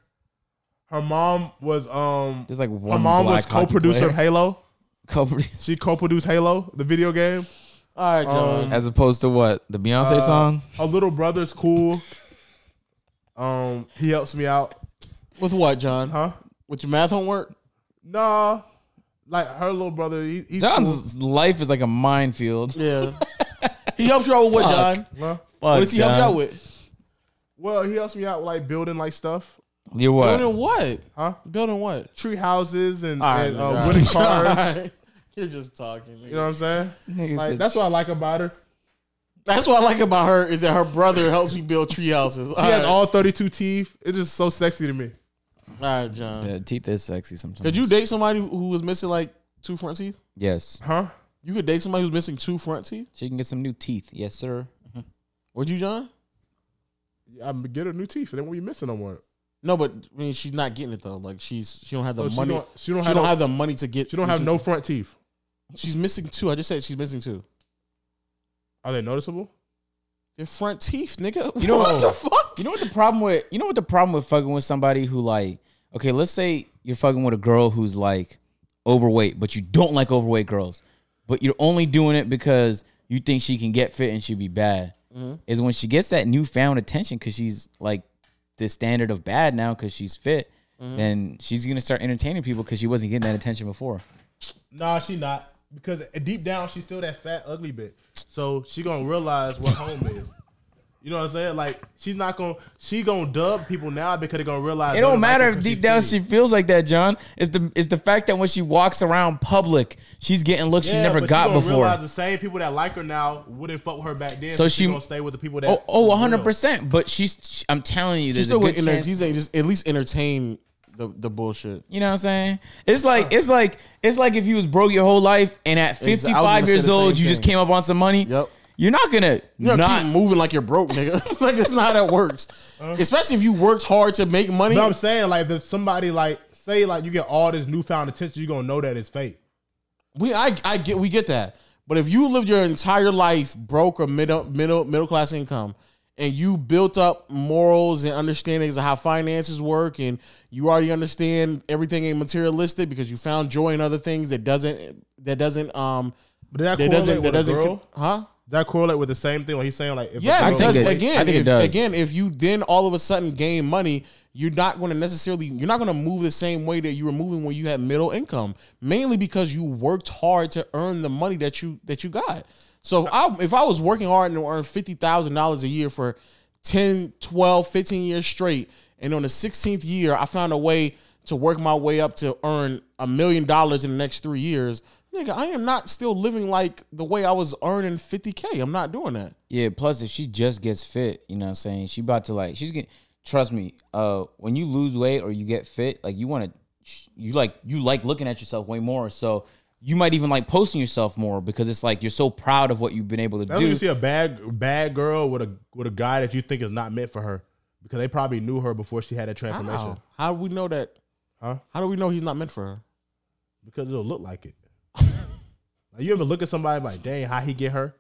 C: Her mom was um.
D: There's like
C: Her
D: one
C: mom was
D: black hockey
C: co-producer of
D: player.
C: Halo.
D: Co-producer.
C: She co-produced Halo, the video game.
B: All right, John.
D: As opposed to what the Beyonce
C: Uh,
D: song?
C: Her little brother's cool. Um, he helps me out,
B: With what, John?
C: huh?
B: With your math homework?
C: Nah, like her little brother. He, he's cool.
D: John's life is like a minefield.
B: Yeah. he helps you out with what, John?
C: Huh?
B: What does he help you out with?
C: Well, he helps me out with, like building like stuff,
D: You're what?
B: Building what?
C: huh?
B: Building what?
C: Tree houses and,
B: All right,
C: and
B: all
C: uh,
B: right.
C: wooden cars.
B: All right. You're just talking. nigga.
C: You know what I'm saying?
D: Nigga
C: Like
D: said
C: that's what I like about her.
B: That's what I like about her is that her brother helps me build tree houses. All
C: She
B: right,
C: has all 32 teeth. It's just so sexy to me.
B: all right John.
D: Yeah, teeth is sexy sometimes.
B: Could you date somebody who was missing like two front teeth?
D: Yes,
C: Huh?
B: You could date somebody who's missing two front teeth.
D: she can get some new teeth. Yes, sir.
B: Would you, John?
C: I'm get her new teeth, and then what you missing no more?
B: No, but I mean she's not getting it though. Like she's she don't have the
C: So she
B: money.
C: don't, she don't
B: she
C: have
B: don't
C: no-
B: have the money to get.
C: she don't have no front teeth.
B: She's missing two. I just said she's missing two.
C: Are they noticeable?
B: They're front teeth, nigga.
D: You know
B: what
D: what?
B: the fuck?
D: You know what the problem with you know what the problem with fucking with somebody who like okay, let's say you're fucking with a girl who's like overweight, but you don't like overweight girls, but you're only doing it because you think she can get fit and she'd be bad.
C: Mm-hmm.
D: Is when she gets that newfound attention because she's like the standard of bad now because she's fit.
C: Mm-hmm.
A: then she's gonna start entertaining people because she wasn't getting that attention before.
C: Nah, she not. Because deep down, she's still that fat, ugly bitch. So she gonna realize what home is. You know what I'm saying? Like she's not gonna she gonna dub people now because they're gonna realize
A: It
C: they
A: don't
C: like
A: matter
C: her
A: if
C: 'cause
A: deep down she
C: she.
A: feels like that, John. It's the it's the fact that when she walks around public, she's getting looks she
C: Yeah,
A: never
C: but
A: got
C: gonna
A: before.
C: Realize the same people that like her now wouldn't fuck with her back then.
A: So
C: So, she,
A: she-
C: gonna stay with the people that.
A: Oh, oh,
C: will.
A: 100%. But she's, I'm telling you, there's
B: She's still
A: a good
B: with
A: chance,
B: energy. Just at least entertain the the bullshit.
A: You know what I'm saying? It's like, it's like, it's like if you was broke your whole life and at
B: I was
A: 55
B: gonna say
A: years
B: the same
A: old, you just
B: thing.
A: came up on some money.
B: Yep.
A: You're not going to
B: You gotta
A: not.
B: keep moving like you're broke, nigga. like that's not how that works. Especially if you worked hard to make money.
C: But I'm saying like if somebody like say like you get all this newfound attention, you gonna know that it's fake.
B: We I I get we get that. But if you lived your entire life broke or middle middle middle class income and you built up morals and understandings of how finances work and you already understand everything ain't materialistic because you found joy in other things that doesn't that doesn't um
C: But
B: that
C: that, correlate
B: doesn't
C: with
B: that doesn't
C: a girl?
B: huh?
C: that correlate with the same thing when he's saying like if a
B: Yeah,
C: girl-
B: because
A: think it-
B: again,
A: I think it
B: if,
A: does.
B: again, if you then all of a sudden gain money, you're not going to necessarily you're not going to move the same way that you were moving when you had middle income, mainly because you worked hard to earn the money that you that you got. So if I, if I was working hard and earned fifty thousand dollars a year for 10, 12, 15 years straight, and on the sixteenth year, I found a way to work my way up to earn a million dollars in the next three years. Nigga, I am not still living like the way I was earning 50K. I'm not doing that.
A: Yeah, plus if she just gets fit, you know what I'm saying? She about to like she's getting trust me, uh when you lose weight or you get fit, like you want to you like you like looking at yourself way more, so you might even like posting yourself more because it's like you're so proud of what you've been able to
C: That's
A: do.
C: when you see a bad bad girl with a with a guy that you think is not meant for her because they probably knew her before she had that transformation,
B: How? How do we know that?
C: huh?
B: How do we know he's not meant for her?
C: Because it'll look like it. like you ever look at somebody like, dang, how he get her?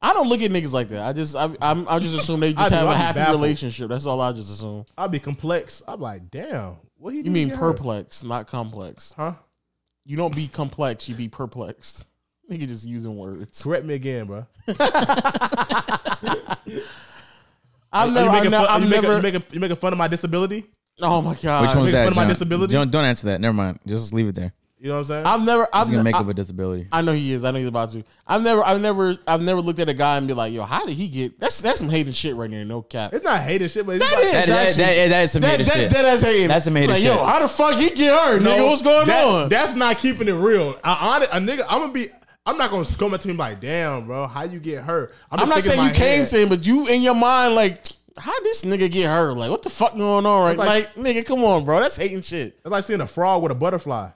B: I don't look at niggas like that. I just I I'm, I just assume they just
C: I
B: have
C: do.
B: a
C: I'm
B: happy
C: baffled.
B: relationship. That's all I just assume.
C: I'll be complex. I'm like, damn, what he?
B: You
C: do to
B: mean
C: get her?
B: perplex, not complex.
C: Huh?
B: You don't be complex. You be perplexed. Nigga just using words.
C: Correct me again, bro.
B: I've
C: Are
B: never.
C: you
B: I've
C: making
B: ne-
C: fun,
B: I've
C: you making-
B: never.
C: you making, you making fun of my disability?
B: oh my god.
A: Which one's
C: Make fun
A: that?
C: of my
A: John?
C: disability?
A: Don't, don't answer that. Never mind. Just leave it there.
C: You know what I'm saying?
B: I've never. I've
A: He's going to
B: ne-
A: make
B: I-
A: up a disability.
B: I know he is. I know he's about to. I've never. I've never. I've never looked at a guy and be like, "Yo, how did he get?" That's that's some hating shit right there. No cap.
C: it's not hating shit, but it's
B: That
C: like,
B: is
A: That, that,
B: actually-
A: that, that is some
B: That,
A: hater
B: that,
A: shit.
B: that- that's hating.
A: That's some hater
B: like,
A: shit.
B: Yo, how the fuck he get her, nigga?
C: No,
B: What's going
C: that-
B: on?
C: That's not keeping it real. I, I, a nigga, I'm gonna be. I'm not gonna come up to him like, damn, bro, how you get hurt?
B: I'm
C: just
B: not
C: thinking
B: saying
C: in
B: you
C: my
B: came
C: head,
B: to him, but you in your mind like, how this nigga get hurt? Like, what the fuck going on right? Like,
C: Like-
B: nigga, come on, bro, that's hating shit.
C: It's like seeing a frog with a butterfly.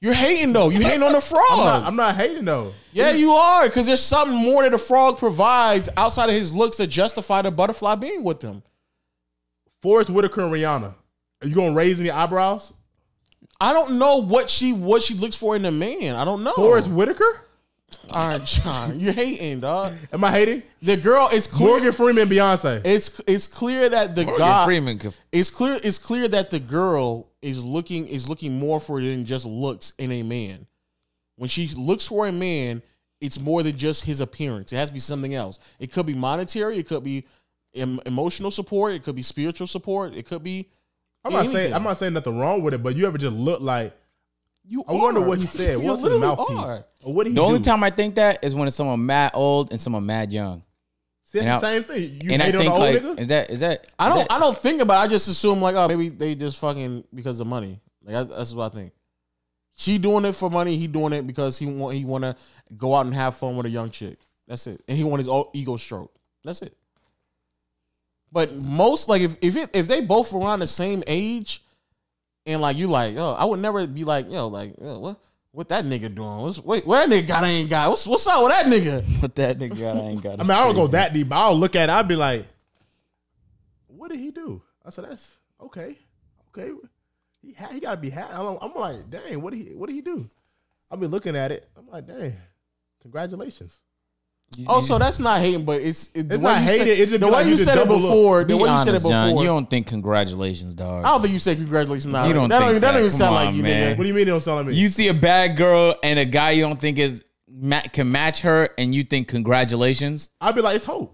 B: You're hating though. You hating on the frog.
C: I'm not, I'm not hating though.
B: yeah, you are, because there's something more that a frog provides outside of his looks that justify the butterfly being with him.
C: Forrest Whitaker and Rihanna. Are you gonna raise any eyebrows?
B: I don't know what she what she looks for in a man. I don't know.
C: Forrest Whitaker?
B: All right, John, you're hating, dog.
C: Am I hating?
B: The girl is clear.
C: Morgan Freeman, Beyonce.
B: It's it's clear that
C: Oh,
B: the
A: Morgan
B: guy.
A: Freeman could-
B: it's clear it's clear that the girl is looking is looking more for than just looks in a man. When she looks for a man, it's more than just his appearance. It has to be something else. It could be monetary. It could be em- emotional support. It could be spiritual support. It could be.
C: I'm not saying
B: anything.
C: I'm not saying nothing wrong with it, but you ever just look like
B: You.
C: I wonder
B: are.
C: what he said.
B: you
C: What's his
B: literally
C: mouthpiece?
B: are.
C: Or what he
A: The only
C: do?
A: time I think that is when it's someone mad old and someone mad young.
C: See, it's
A: and I-
C: the same thing. You
A: and I
C: hate on the
A: think
C: old
A: like
C: nigga?
A: is that is that
B: I
A: is
B: don't.
A: that-
B: I don't think about. it. I just assume like, oh, maybe they just fucking because of money. Like that's- that's what I think. She doing it for money. He doing it because he want he want to go out and have fun with a young chick. That's it. And he want his all ego stroke. That's it. But most like if if it, if they both around the same age, and like you like oh I would never be like yo like yo, what what that nigga doing? What's wait what that nigga got? I ain't got. What's what's up with that nigga?
A: But that nigga got, I ain't got.
C: I mean, I don't go that deep. But I'll look at it. I'll be like, what did he do? I said, that's okay. Okay. He, ha- he got to be happy. I'm, I'm like, dang, what did he, what did he do? I'll be looking at it. I'm like, dang, congratulations. Oh,
B: Also, Oh, that's not hating, but it's it, the
C: It's
B: way
C: not
B: you
C: hating,
B: said,
C: it's
B: the
C: just be
B: way
C: like
B: you
C: you just
B: said it
C: double up.
B: before.
A: Be
B: The way you said it
A: honest, John.
B: before.
A: You don't think congratulations, dog.
B: I don't think you said congratulations. Nah,
A: You don't
B: that don't,
A: think
B: that
A: that.
B: don't even sound
A: Come
B: like
A: on,
B: you,
A: man.
C: What
B: nigga.
C: do you mean they don't sell me?
A: you see a bad girl and a guy you don't think is ma- can match her, and you think congratulations.
C: I'll be like, it's hope.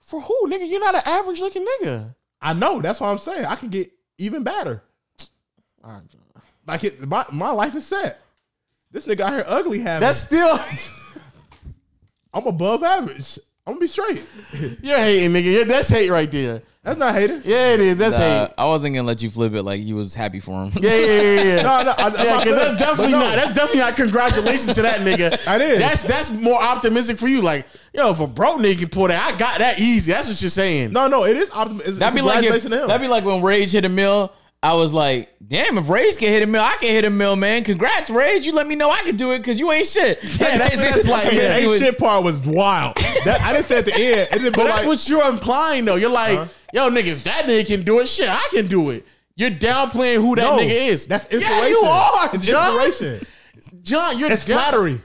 B: For who, nigga? You're not an average looking nigga.
C: I know. That's what I'm saying. I can get even badder.
B: All right, John.
C: Like it, my my life is set. This nigga out here ugly having.
B: That's still
C: I'm above average. I'm gonna be straight.
B: you're hating, nigga. Yeah, that's hate right there.
C: That's not hating.
B: Yeah, it is. That's
A: Uh,
B: hate.
A: I wasn't gonna let you flip it like you was happy for him.
B: Yeah, yeah, yeah, yeah.
C: No, no, I, I'm
B: Yeah, because
C: not
B: that's
C: saying-
B: definitely
C: but no.
B: not. That's definitely not. Congratulations to that nigga.
C: That is.
B: That's that's more optimistic for you. Like, yo, if a bro nigga can pull that, I got that easy. That's what you're saying.
C: No, no, it is optimism.
A: That'd be like if, that'd be like when Rage hit a mill. I was like, damn, if Rage can hit a mill, I can hit a mill, man. Congrats, Rage. You let me know I can do it because you ain't shit.
B: Yeah, that's- that's like-
C: the
B: yeah,
C: ain't shit part was wild. That, I just said at the end. It didn't,
B: But that's what you're implying though. You're like, yo, nigga, if that nigga can do it, shit, I can do it. You're downplaying who that
C: no,
B: nigga is.
C: That's inspiration.
B: Yeah, you are,
C: It's
B: John.
C: inspiration.
B: John, you're
C: It's
B: down-
C: flattery.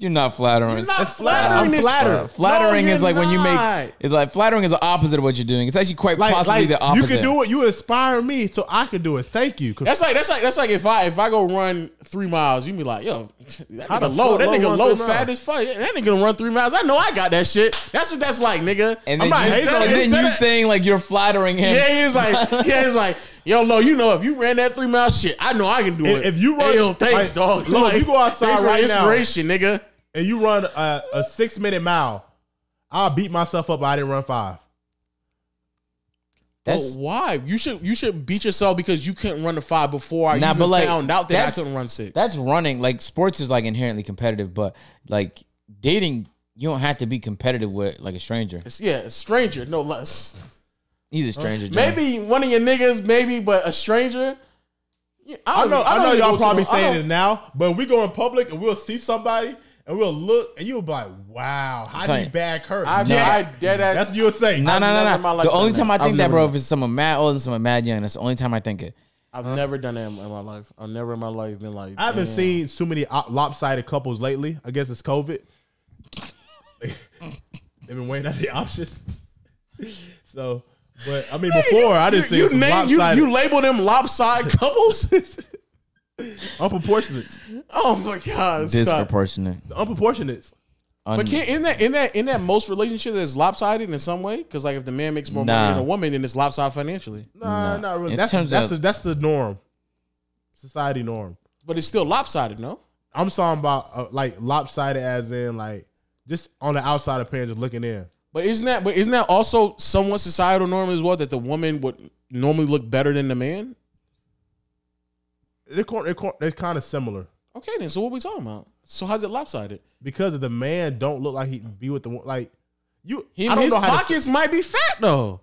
A: You're not flattering.
B: You're not
A: That's-
B: flattering.
C: I'm
B: this-
C: flattered.
B: No,
A: Flattering
B: you're
A: is like when you
B: not.
A: make it's like flattering is the opposite of what you're doing. It's actually quite
C: Like,
A: possibly
C: like,
A: the opposite.
C: You can do it. You inspire me, so I can do it. Thank you. 'Cause
B: That's like that's like that's like if I if I go run three miles, you be like, yo, that
C: How the
B: nigga low,
C: fuck
B: that
C: low
B: nigga
C: run
B: low
C: three
B: fat
C: miles?
B: as fuck. That nigga gonna run three miles. I know I got that shit. That's what that's like, nigga.
A: And then,
C: I'm not
A: you,
C: hating on
A: and
B: it.
A: then
B: Instead
A: you
B: of-
A: saying like you're flattering him.
B: yeah, he's like, yeah, he's like, yo, low, you know, if you ran that three mile shit, I know I can do
C: If-
B: it.
C: if you run-
B: hey, yo, thanks,
C: like,
B: dog.
C: Lo, you go outside
B: thanks
C: right
B: for the
C: now.
B: inspiration, nigga.
C: and you run a, a six minute mile, I'll beat myself up. I didn't run five.
A: That's
C: Oh,
B: Well, why you should you should beat yourself because you couldn't run the five before I
A: Nah,
B: even
A: but, like,
B: found out that I
A: that's-
B: couldn't run six.
A: that's running. Like sports is like inherently competitive, but like dating, you don't have to be competitive with like a stranger.
B: It's- yeah, a stranger, no less.
A: He's a stranger. John.
B: Maybe one of your niggas, maybe, but a stranger. Yeah,
C: I
B: don't-
C: know, I
B: don't
C: know
B: even go
C: y'all
B: to
C: probably
B: the- I
C: saying
B: don't-
C: it now, but we go in public and we'll see somebody and we'll look and you'll be like, wow, how
A: telling
C: did he
A: you.
C: bag her?
B: I,
C: yeah,
B: I dead ass.
C: that's what you'll say.
A: No,
C: I-
A: no,
B: never
A: no,
B: in my
A: no.
B: life
A: The
B: done
A: only
B: that.
A: time I
B: I've
A: think that,
B: never
A: bro,
B: done
A: if it's someone mad old and someone mad young, that's the only time I think it.
B: I've never done that in in my life. I've never in my life been like.
C: I haven't
B: damn.
C: seen too many op- lopsided couples lately. I guess it's COVID. They've been weighing out the options. so, but I mean, before I didn't see
B: You,
C: some
B: name, you,
C: lopsided,
B: you label them lopsided couples?
C: unproportionates,
B: oh my god! Stop.
A: Disproportionate.
C: the unproportionates.
A: Un-
B: But can't, in that in that in that most relationship that's lopsided in some way, because like if the man makes more money
A: Nah.
B: than a woman, then it's lopsided financially.
C: Nah,
A: No.
C: not really.
A: In
C: That's
A: terms
C: that's
A: of-
C: the, that's the norm, society norm.
B: But it's still lopsided, no?
C: I'm talking about uh, like lopsided, as in like just on the outside appearance, just looking in.
B: But isn't that but isn't that also somewhat societal norm as well that the woman would normally look better than the man?
C: They're, co- they're, co- they're kind of similar
B: Okay, then so what we talking about? So how's it lopsided?
C: because if the man don't look like he be with the wo- like you.
B: Him,
C: I don't
B: his
C: know how to-
B: pockets might be fat though,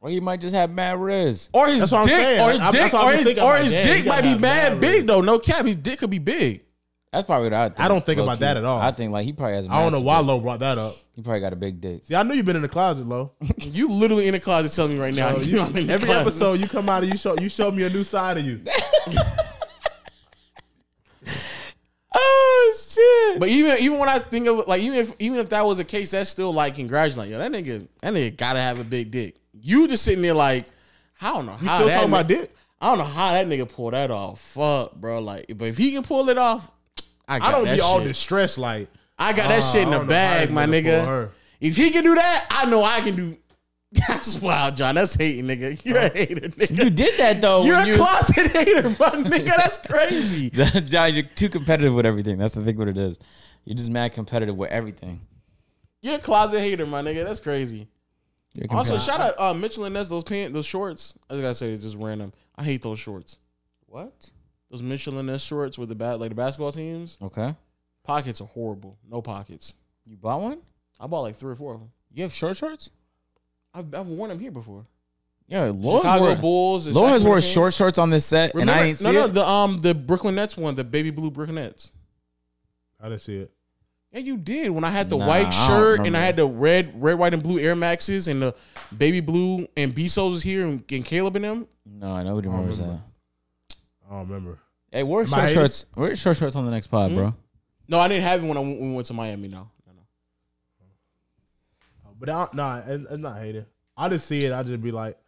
A: or you might just have mad wrist.
B: or his
C: That's what I'm
B: dick,
C: saying.
B: or his
C: I- that's
B: dick,
C: what
B: or
C: I was
B: his,
C: thinking. I'm
B: or
C: like,
B: his
C: damn,
B: dick
C: he
B: might
C: gotta
B: be
C: have
B: mad
C: mad
B: big
C: wrist.
B: though. No cap, his dick could be big.
A: That's probably what I think.
C: I don't think
A: low
C: about
A: key.
C: that at all.
A: I think like he probably has. A
C: I don't know
A: massive
C: why
A: dick.
C: Lo brought that up.
A: He probably got a big dick.
C: See, I knew you've been in the closet, Lo.
B: You literally in the closet telling me right now. you know I'm in the
C: Every
B: closet.
C: episode you come out and you show you show me a new side of you.
A: Oh shit!
B: But even even when I think of it, like even if even if that was the case, that's still like congratulating. Yo, that nigga, that nigga gotta have a big dick. You just sitting there like, I don't know
C: You
B: how
C: still
B: that
C: talking
B: ni-
C: about dick?
B: I don't know how that nigga pulled that off. Fuck, bro. Like, but if he can pull it off, I got
C: I don't
B: that
C: be all
B: shit.
C: distressed like
B: I got that
C: "Ah,
B: shit in
C: I
B: the
C: don't know how
B: bag,
C: he's
B: my
C: gonna pull
B: nigga.
C: her."
B: If he can do that, I know I can do. That's wild, John. That's hating, nigga. You're a hater, nigga.
A: You did that though.
B: You're
A: when
B: a
A: you
B: closet hater, my nigga. That's crazy.
A: John, you're too competitive with everything. That's I think what it is. You're just mad competitive with everything.
B: You're a closet hater, my nigga. That's crazy.
A: You're
B: Also,
A: competitive.
B: shout out uh, Mitchell and Ness, those pants, those shorts. I just gotta say, it's just random. I hate those shorts.
A: what?
B: Those Mitchell and Ness shorts with the bat, like the basketball teams.
A: Okay,
B: Pockets are horrible. No pockets.
A: you bought one.
B: I bought like three or four of them.
A: You have short shorts.
B: I've, I've worn them here before.
A: Yeah, Lord
B: Chicago
A: wore,
B: Bulls. the
A: Lord has
B: Sacramento
A: wore
B: Kings.
A: short shorts on this set,
B: Remember,
A: and I ain't
B: no,
A: see
B: no,
A: it.
B: the um the Brooklyn Nets one, the baby blue Brooklyn Nets.
C: I didn't see it.
B: Yeah, you did. When I had the
A: Nah, I
B: white
A: don't
B: shirt and
A: remember.
B: I had the red, red, white, and blue Air Maxes and the baby blue and Bezos was here and, and Caleb and them.
A: No, I nobody remembers
C: remember.
A: that.
C: I don't remember.
A: Hey, wear
C: I
A: short
C: hating?
A: shorts. Wear short shorts on the next pod, bro.
B: No, I didn't have it when I went, when we went to Miami. No, no, no.
C: But I, nah, it- it's not hating. I just see it. I just be like,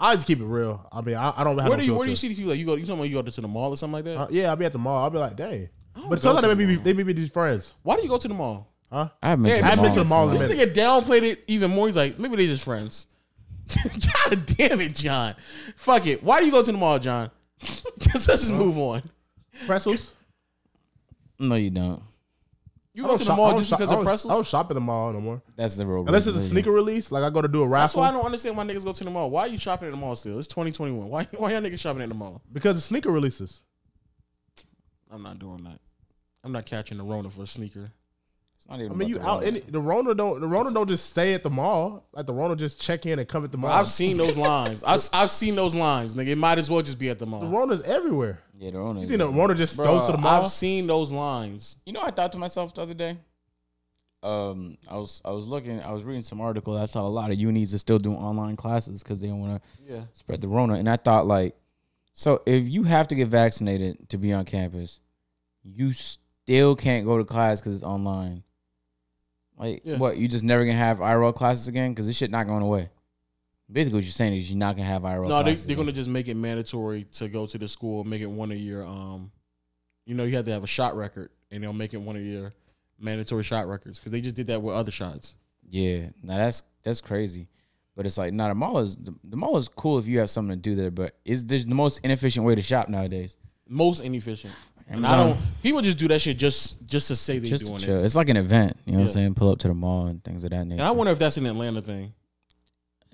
C: I just keep it real. I mean, I, I don't have.
B: Where
C: no
B: do you where do you
C: filter.
B: see these people? Like you go, you talking about you go to the mall or something like that?
C: Uh, yeah, I'll be at the mall. I'll be like, dang.
B: don't go
C: But sometimes
B: to
C: they
B: the
C: may be
B: mall.
C: they may be just friends,
B: Why do you go to the mall?
C: huh?
A: I haven't
B: Yeah,
A: been
B: I
A: to
B: haven't
A: the mall.
B: been
C: to the mall
A: in a
C: in a
B: This
A: while.
C: minute.
B: nigga downplayed it even more. He's like, maybe they just friends. God damn it, John. Fuck it. Why do you go to the mall, John? 'Cause let's just move on.
C: Pretzels?
A: No, you don't.
B: You
C: I
B: go
C: don't
B: to the
C: shop- I
B: mall
C: don't
B: just
C: shop-
B: because
C: I
B: of
C: don't- I
B: pretzels?
C: don't shop at the mall no more.
A: That's the real.
C: Unless it's a
A: reason.
C: sneaker release, like I go to do a
B: That's
C: raffle
B: why I don't understand why niggas go to the mall. Why are you shopping at the mall still? It's 2021. Why why y'all niggas shopping at the mall?
C: because it's sneaker releases.
B: I'm not doing that. I'm not catching the Rona for a sneaker.
A: It's not even.
C: I mean, you
A: about the
C: out
A: word.
C: in the Rona don't the Rona don't just stay at the mall. Like the Rona just check in and come at the mall.
B: I've seen those lines. I, have seen those lines, nigga. It might as well just be at the
C: the
B: mall.
C: Rona's everywhere.
A: Yeah, the owner.
C: You think the Rona just goes to the
B: Bruh,
C: mall?
B: I've seen those lines.
A: You know, what I thought to myself the other day. Um, I was I was looking, I was reading some articles. I saw a lot of unis are still doing online classes because they don't want to
B: Yeah.
A: spread the Rona. And I thought like, so if you have to get vaccinated to be on campus, you still can't go to class because it's online. Like
B: Yeah.
A: what? You just never gonna have IRL classes again because this shit not going away. Basically, what you're saying is you're not gonna have IRL.
B: No, they,
A: classes
B: they're
A: again.
B: gonna just make it mandatory to go to the school. Make it one of your, um, you know, you have to have a shot record, and they'll make it one of your mandatory shot records because they just did that with other shots.
A: Yeah, now that's that's crazy, but it's like not a mall is the, the mall is cool if you have something to do there, but it's there's the most inefficient way to shop nowadays.
B: Most inefficient, and I
A: Amazon.
B: don't. People just do that shit just just to say they're
A: Just to
B: doing
A: chill.
B: it.
A: It's like an event, you know what
B: Yeah.
A: I'm saying? Pull up to the mall and things of that nature.
B: And I wonder if that's an Atlanta thing.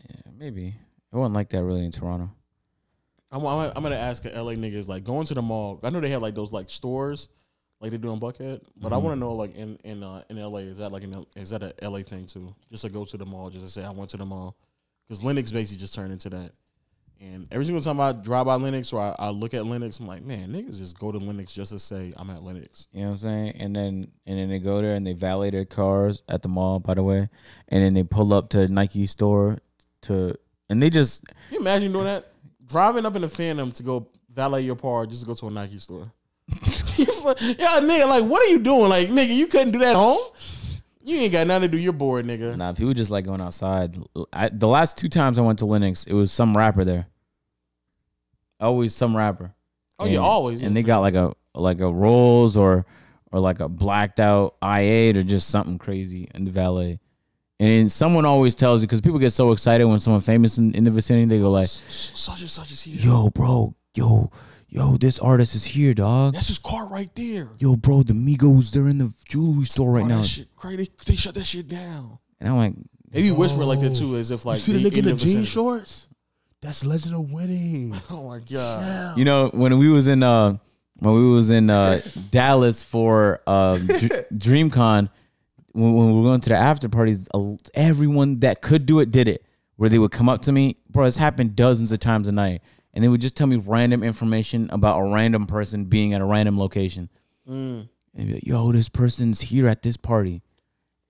A: Yeah, maybe it wasn't like that really in Toronto.
B: I'm, I'm, I'm gonna ask a LA niggas like going to the mall. I know they have like those like stores, like they do in Buckhead, but I want to know like in in uh, in LA is that like an, L- is that a LA thing too? Just to go to the mall, just to say I went to the mall, because Linux basically just turned into that. And every single time I drive by Linux or I, I look at Linux, I'm like, man, niggas just go to Linux just to say I'm at Linux.
A: You know what I'm saying? And then and then they go there and they valet their cars at the mall, by the way, and then they pull up to Nike store to and they just
B: Can you imagine doing that? Driving up in the Phantom to go valet your car just to go to a Nike store. yeah, nigga, like what are you doing? Like, nigga, you couldn't do that at home? You ain't got nothing to do. You're bored, nigga.
A: nah people just like going outside. I, the last two times I went to Linux, it was some rapper there. Always some rapper.
B: oh,
A: and,
B: you always.
A: and they got like a like a Rolls or or like a blacked out i8 or just something crazy in the valet. And someone always tells you because people get so excited when someone famous in, in the vicinity, they go like,
B: such and such is here.
A: "Yo, bro, yo, yo, this artist is here, dog.
B: That's his car right there.
A: Yo, bro, the Migos, they're in the jewelry store right
B: Oh,
A: now."
B: that shit crazy. They, they shut that shit down.
A: And I'm like,
B: They be whispering like that too, as if like
C: See the
B: they
C: nigga in the jean
B: vicinity.
C: shorts? That's Legend of Winning.
B: Oh my god.
A: you know, when we was in uh when we was in uh Dallas for uh Dr- DreamCon, when, when we were going to the after parties, a- everyone that could do it did it. Where they would come up to me, bro, it's happened dozens of times a night, and they would just tell me random information about a random person being at a random location. And be like, yo, this person's here at this party,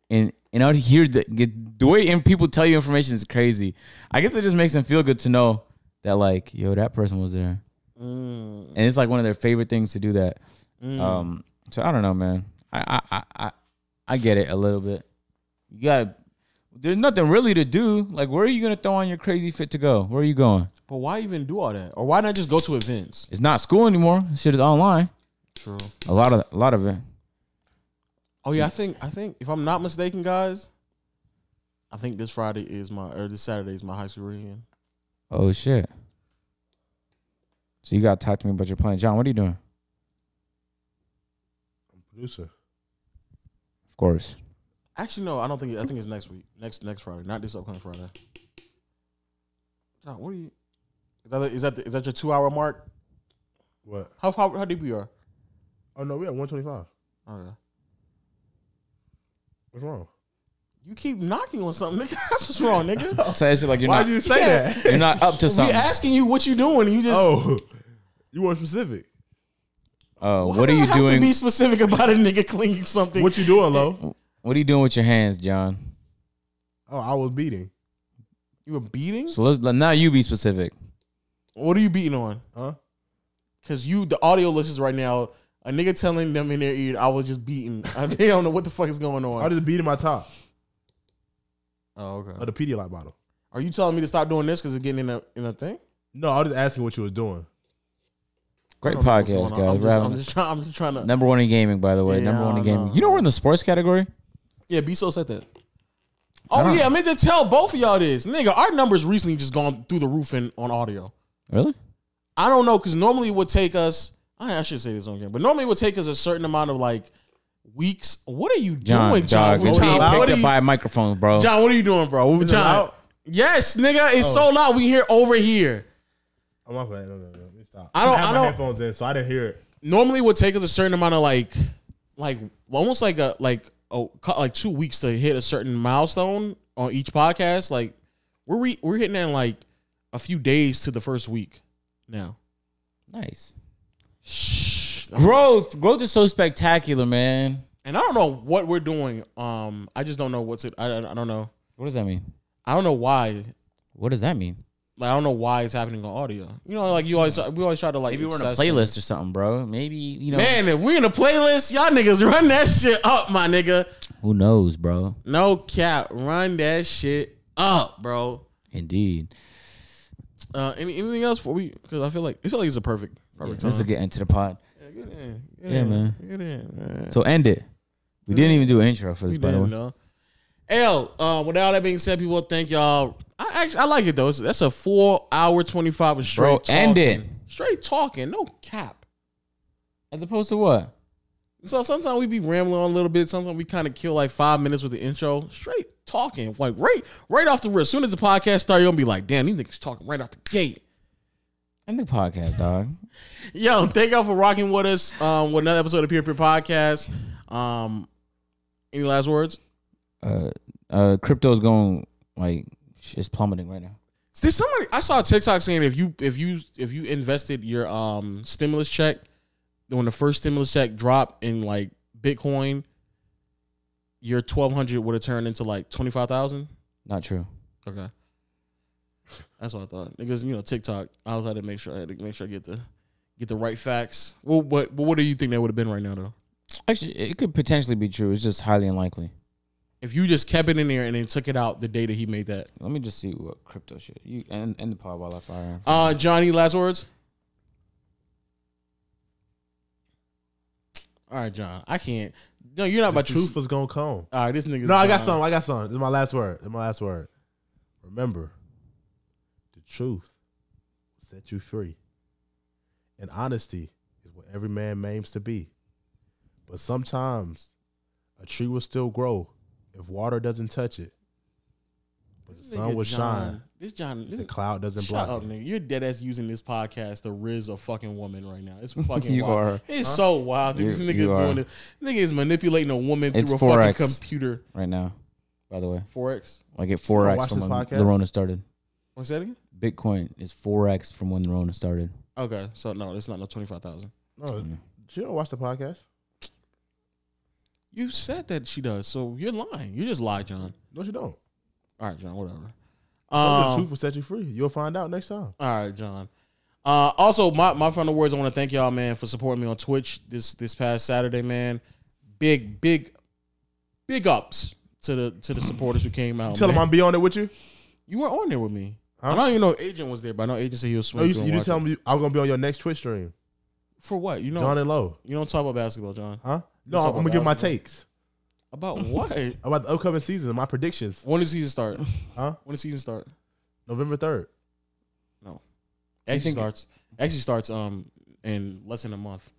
A: and and I would hear the get, the way in- people tell you information is crazy. I guess it just makes them feel good to know that like, yo, that person was there, and it's like one of their favorite things to do that. Um, so I don't know, man. I I I I, I get it a little bit. You got there's nothing really to do. Like, where are you gonna throw on your crazy fit to go? Where are you going?
B: But why even do all that? Or why not just go to events?
A: It's not school anymore. Shit is online.
B: True.
A: A lot of a lot of it.
B: Oh yeah, I think I think if I'm not mistaken, guys, I think this Friday is my or this Saturday is my high school reunion.
A: Oh shit. So you gotta talk to me about your plan, John. What are you doing?
C: Producer.
A: Of course.
B: Actually, no, I don't think. I think it's next week, next next Friday, not this upcoming Friday. John, what are you? Is that is that, is that your two hour mark?
C: What?
B: How how how deep we are? Oh,
C: Oh no, we at 125.
B: Okay.
C: What's wrong?
B: You keep knocking on something, nigga. That's what's wrong, nigga.
A: So it's like you're
C: Why'd
A: not
C: you say
B: Yeah.
C: that?
A: you're not up to
B: We
A: something.
B: asking you what you doing. And you just
C: Oh, you weren't specific.
A: Uh,
B: Why
A: what are
B: do I
A: you
B: have To
A: doing?
B: be specific about a nigga cleaning something.
C: What you doing, Lo?
A: What are you doing with your hands, John?
C: Oh, I was beating.
B: you were beating?
A: So let's let- now you be specific.
B: What are you beating on?
C: Huh?
B: Cause you, the audio listeners right now, a nigga telling them in their ear, I was just beaten. Uh, they don't know what the fuck is going
C: I
B: on.
C: was just beating my top
B: Oh,
C: of
B: okay.
C: the Pedialyte bottle.
B: Are you telling me to stop doing this because it's getting in a in a thing?
C: No, I was just asking what you was doing.
A: Great
B: I don't know what's
A: podcast,
B: going on.
A: guys.
B: I'm
A: We're having-
B: just, I'm just trying. I'm just trying to.
A: Number one in gaming, by the way.
B: Yeah,
A: Number one
B: I
A: in gaming.
B: know.
A: You know we're in the sports category.
B: Yeah, be so said that. Oh yeah, I meant to tell both of y'all this, nigga. Our numbers recently just gone through the roof in on audio.
D: Really?
B: I don't know because normally it would take us. I, I should say this on here, but normally it would take us a certain amount of like weeks. What are you doing, John?
D: dog, it's
B: John,
D: being
B: what
D: picked
B: are
D: up
B: you-
D: by a microphone, bro.
B: John, what are you doing, bro?
C: Is it
B: John,
C: loud?
B: yes, nigga, it's so loud. We hear over here.
C: Oh my bad. No, no, no. Let me stop.
B: I don't-
C: have
B: I
C: my
B: don't-
C: headphones in, so I didn't hear it.
B: Normally it would take us a certain amount of like, like almost like a like a, cu- like two weeks to hit a certain milestone on each podcast. Like we're re, we're hitting that in like a few days to the first week now.
D: Nice.
B: Shh.
D: Growth. Growth is so spectacular, man.
B: And I don't know what we're doing. Um, I just don't know what's it. I, I don't know.
D: What does that mean?
B: I don't know why.
D: What does that mean?
B: Like I don't know why it's happening on audio. You know, like you always we always try to like
D: Maybe we're in a
B: access
D: playlist or something, bro. Maybe you know.
B: Man, if we in a playlist, y'all niggas run that shit up, my nigga.
D: Who knows, bro?
B: No cap, run that shit up, bro.
D: Indeed.
B: Uh, any, anything else for we? Because I feel like it feel like it's a perfect, perfect
D: This is
B: time.
D: get into the pod.
B: yeah, good in, good
D: Yeah,
B: in,
D: man.
B: Good in, man.
D: So end it. We didn't even do an intro for this, by the
B: Damn,
D: way.
B: no. L. Uh, with all that being said, people thank y'all. I actually I like it though. It's- That's a four hour twenty five of straight.
D: Bro,
B: talking.
D: end it.
B: Straight talking, no cap.
D: As opposed to what?
B: So sometimes we be rambling on a little bit. Sometimes we kind of kill like five minutes with the intro. Straight talking, like right, right off the rip. As soon as the podcast starts, you'll be like, "Damn, these niggas talking right out the gate."
D: End the podcast, dog.
B: Yo, thank y'all for rocking with us um, with another episode of Peer Peer Podcast. Um, any last words?
D: Uh, uh, crypto's going like it's plummeting right now.
B: Did somebody? I saw a TikTok saying if you if you if you invested your um stimulus check, then when the first stimulus check dropped in like Bitcoin, your twelve hundred would have turned into like twenty five thousand.
D: Not true.
B: Okay. That's what I thought. Because you know TikTok, I was had to make sure I had to make sure I get the get the right facts. Well, what what do you think that would have been right now though?
D: Actually, it could potentially be true. It's just highly unlikely.
B: If you just kept it in there and then took it out the day that he made that.
D: Let me just see what crypto shit. You end, end the pod while I fire. him.
B: Uh Johnny, last words. All right, John. I can't. No, you're not
C: The
B: about to.
C: truth
B: s-
C: was gonna come.
B: All right, this nigga.
C: No, I got some. I got some. This is my last word. This is my last word. Remember, the truth will set you free, and honesty is what every man aims to be. But sometimes, a tree will still grow if water doesn't touch it. But the sun will shine.
B: This John.
C: if
B: This,
C: The cloud doesn't
B: shut
C: block
B: up,
C: it.
B: nigga. You're dead ass using this podcast to riz a fucking woman right now. It's fucking
D: You
B: wild.
D: are.
B: It's so wild. that
D: You-
B: this nigga is
D: you
B: doing
D: are.
B: it. Nigga is manipulating a woman
D: It's
B: through a
D: 4X.
B: fucking computer.
D: right now. By the way,
B: Forex.
D: I get four
C: watch
D: x from
C: this
D: when
C: podcast?
D: the Rona started.
B: What's that again?
D: Bitcoin is four x from when the Rona started. Mm.
B: Okay, so no, it's not no twenty five thousand.
C: No, she don't watch the podcast.
B: You said that she does, so you're lying. You just lied, John.
C: No, she don't.
B: All right, John. Whatever.
C: the
B: Um,
C: truth will set you free. You'll find out next time.
B: All right, John. Uh, also, my, my final words. I want to thank y'all, man, for supporting me on Twitch this this past Saturday, man. Big, big, big ups to the to the supporters who came out.
C: Tell
B: Oh, man.
C: them I'm be on it with you.
B: you weren't on there with me.
C: Huh?
B: I don't even know if Agent was there, but I know Agent said he was
C: No,
B: swimming.
C: you, you did tell me I'm gonna be on your next Twitch stream.
B: for what? You know,
C: John and Lowe.
B: you don't talk about basketball, John.
C: Huh?
B: You
C: No, I'm
B: talking
C: gonna give my
B: basketball.
C: takes
B: About what?
C: about the upcoming season, and my predictions.
B: when does season start?
C: Huh?
B: When does season start?
C: November third.
B: Actually
D: think-
B: starts. Actually starts um in less than a month.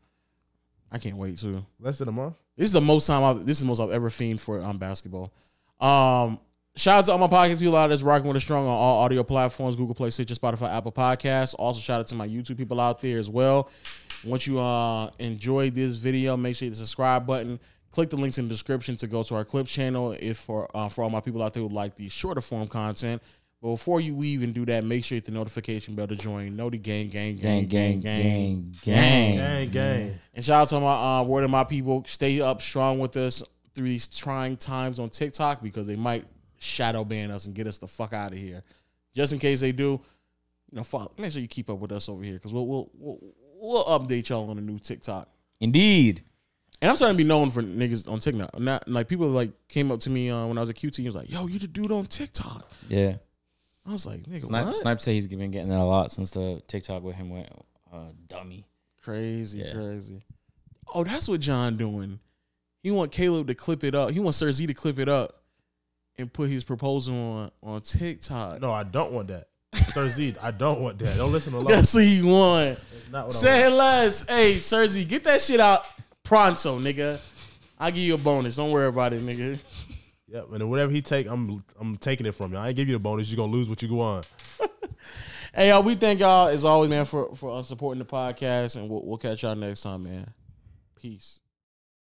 B: I can't wait to.
C: Less than a month.
B: This is the most time I've this is the most I've ever fiend for um basketball. Um shout out to all my podcast people out there that's rocking with us strong on all audio platforms, Google Play, Stitcher, Spotify, Apple Podcasts. Also shout out to my YouTube people out there as well. Once you uh enjoyed this video, make sure you hit the subscribe button. Click the links in the description to go to our clips channel if for uh, for all my people out there who like the shorter form content. But before you leave and do that, make sure you hit the notification bell to join. Know the gang, gang, gang, gang, gang, gang. gang.
C: Gang, gang.
B: And shout out to my uh, word of my people. Stay up strong with us through these trying times on TikTok because they might shadow ban us and get us the fuck out of here. Just in case they do, you know, follow, make sure you keep up with us over here because we'll, we'll we'll we'll update y'all on the new TikTok.
D: Indeed.
B: And I'm starting to be known for niggas on TikTok. Not like people like came up to me uh, when I was a QT and was like, "Yo, you the dude on TikTok."
D: Yeah.
B: I was like, "Nigga,
D: Snipe,
B: what?
D: Snipe said he's been getting that a lot since the TikTok with him went uh, dummy.
B: Crazy,
D: Yeah.
B: crazy. Oh, that's what John doing. He want Caleb to clip it up. He want Sir Z to clip it up. and put his proposal on on TikTok.
C: No, I don't want that. Sir Z, I don't want that. Don't listen to Lowe.
B: That's what he want.
C: Not what I
B: Say
C: want.
B: less. Hey, Cersei, get that shit out pronto, nigga. I'll give you a bonus. Don't worry about it, nigga.
C: Yep, and then whatever he take, I'm I'm taking it from you. I ain't give you the bonus. You're gonna lose what you go on.
B: Hey, y'all, we thank y'all as always, man, for, for uh, supporting the podcast, and we'll, we'll catch y'all next time, man. Peace.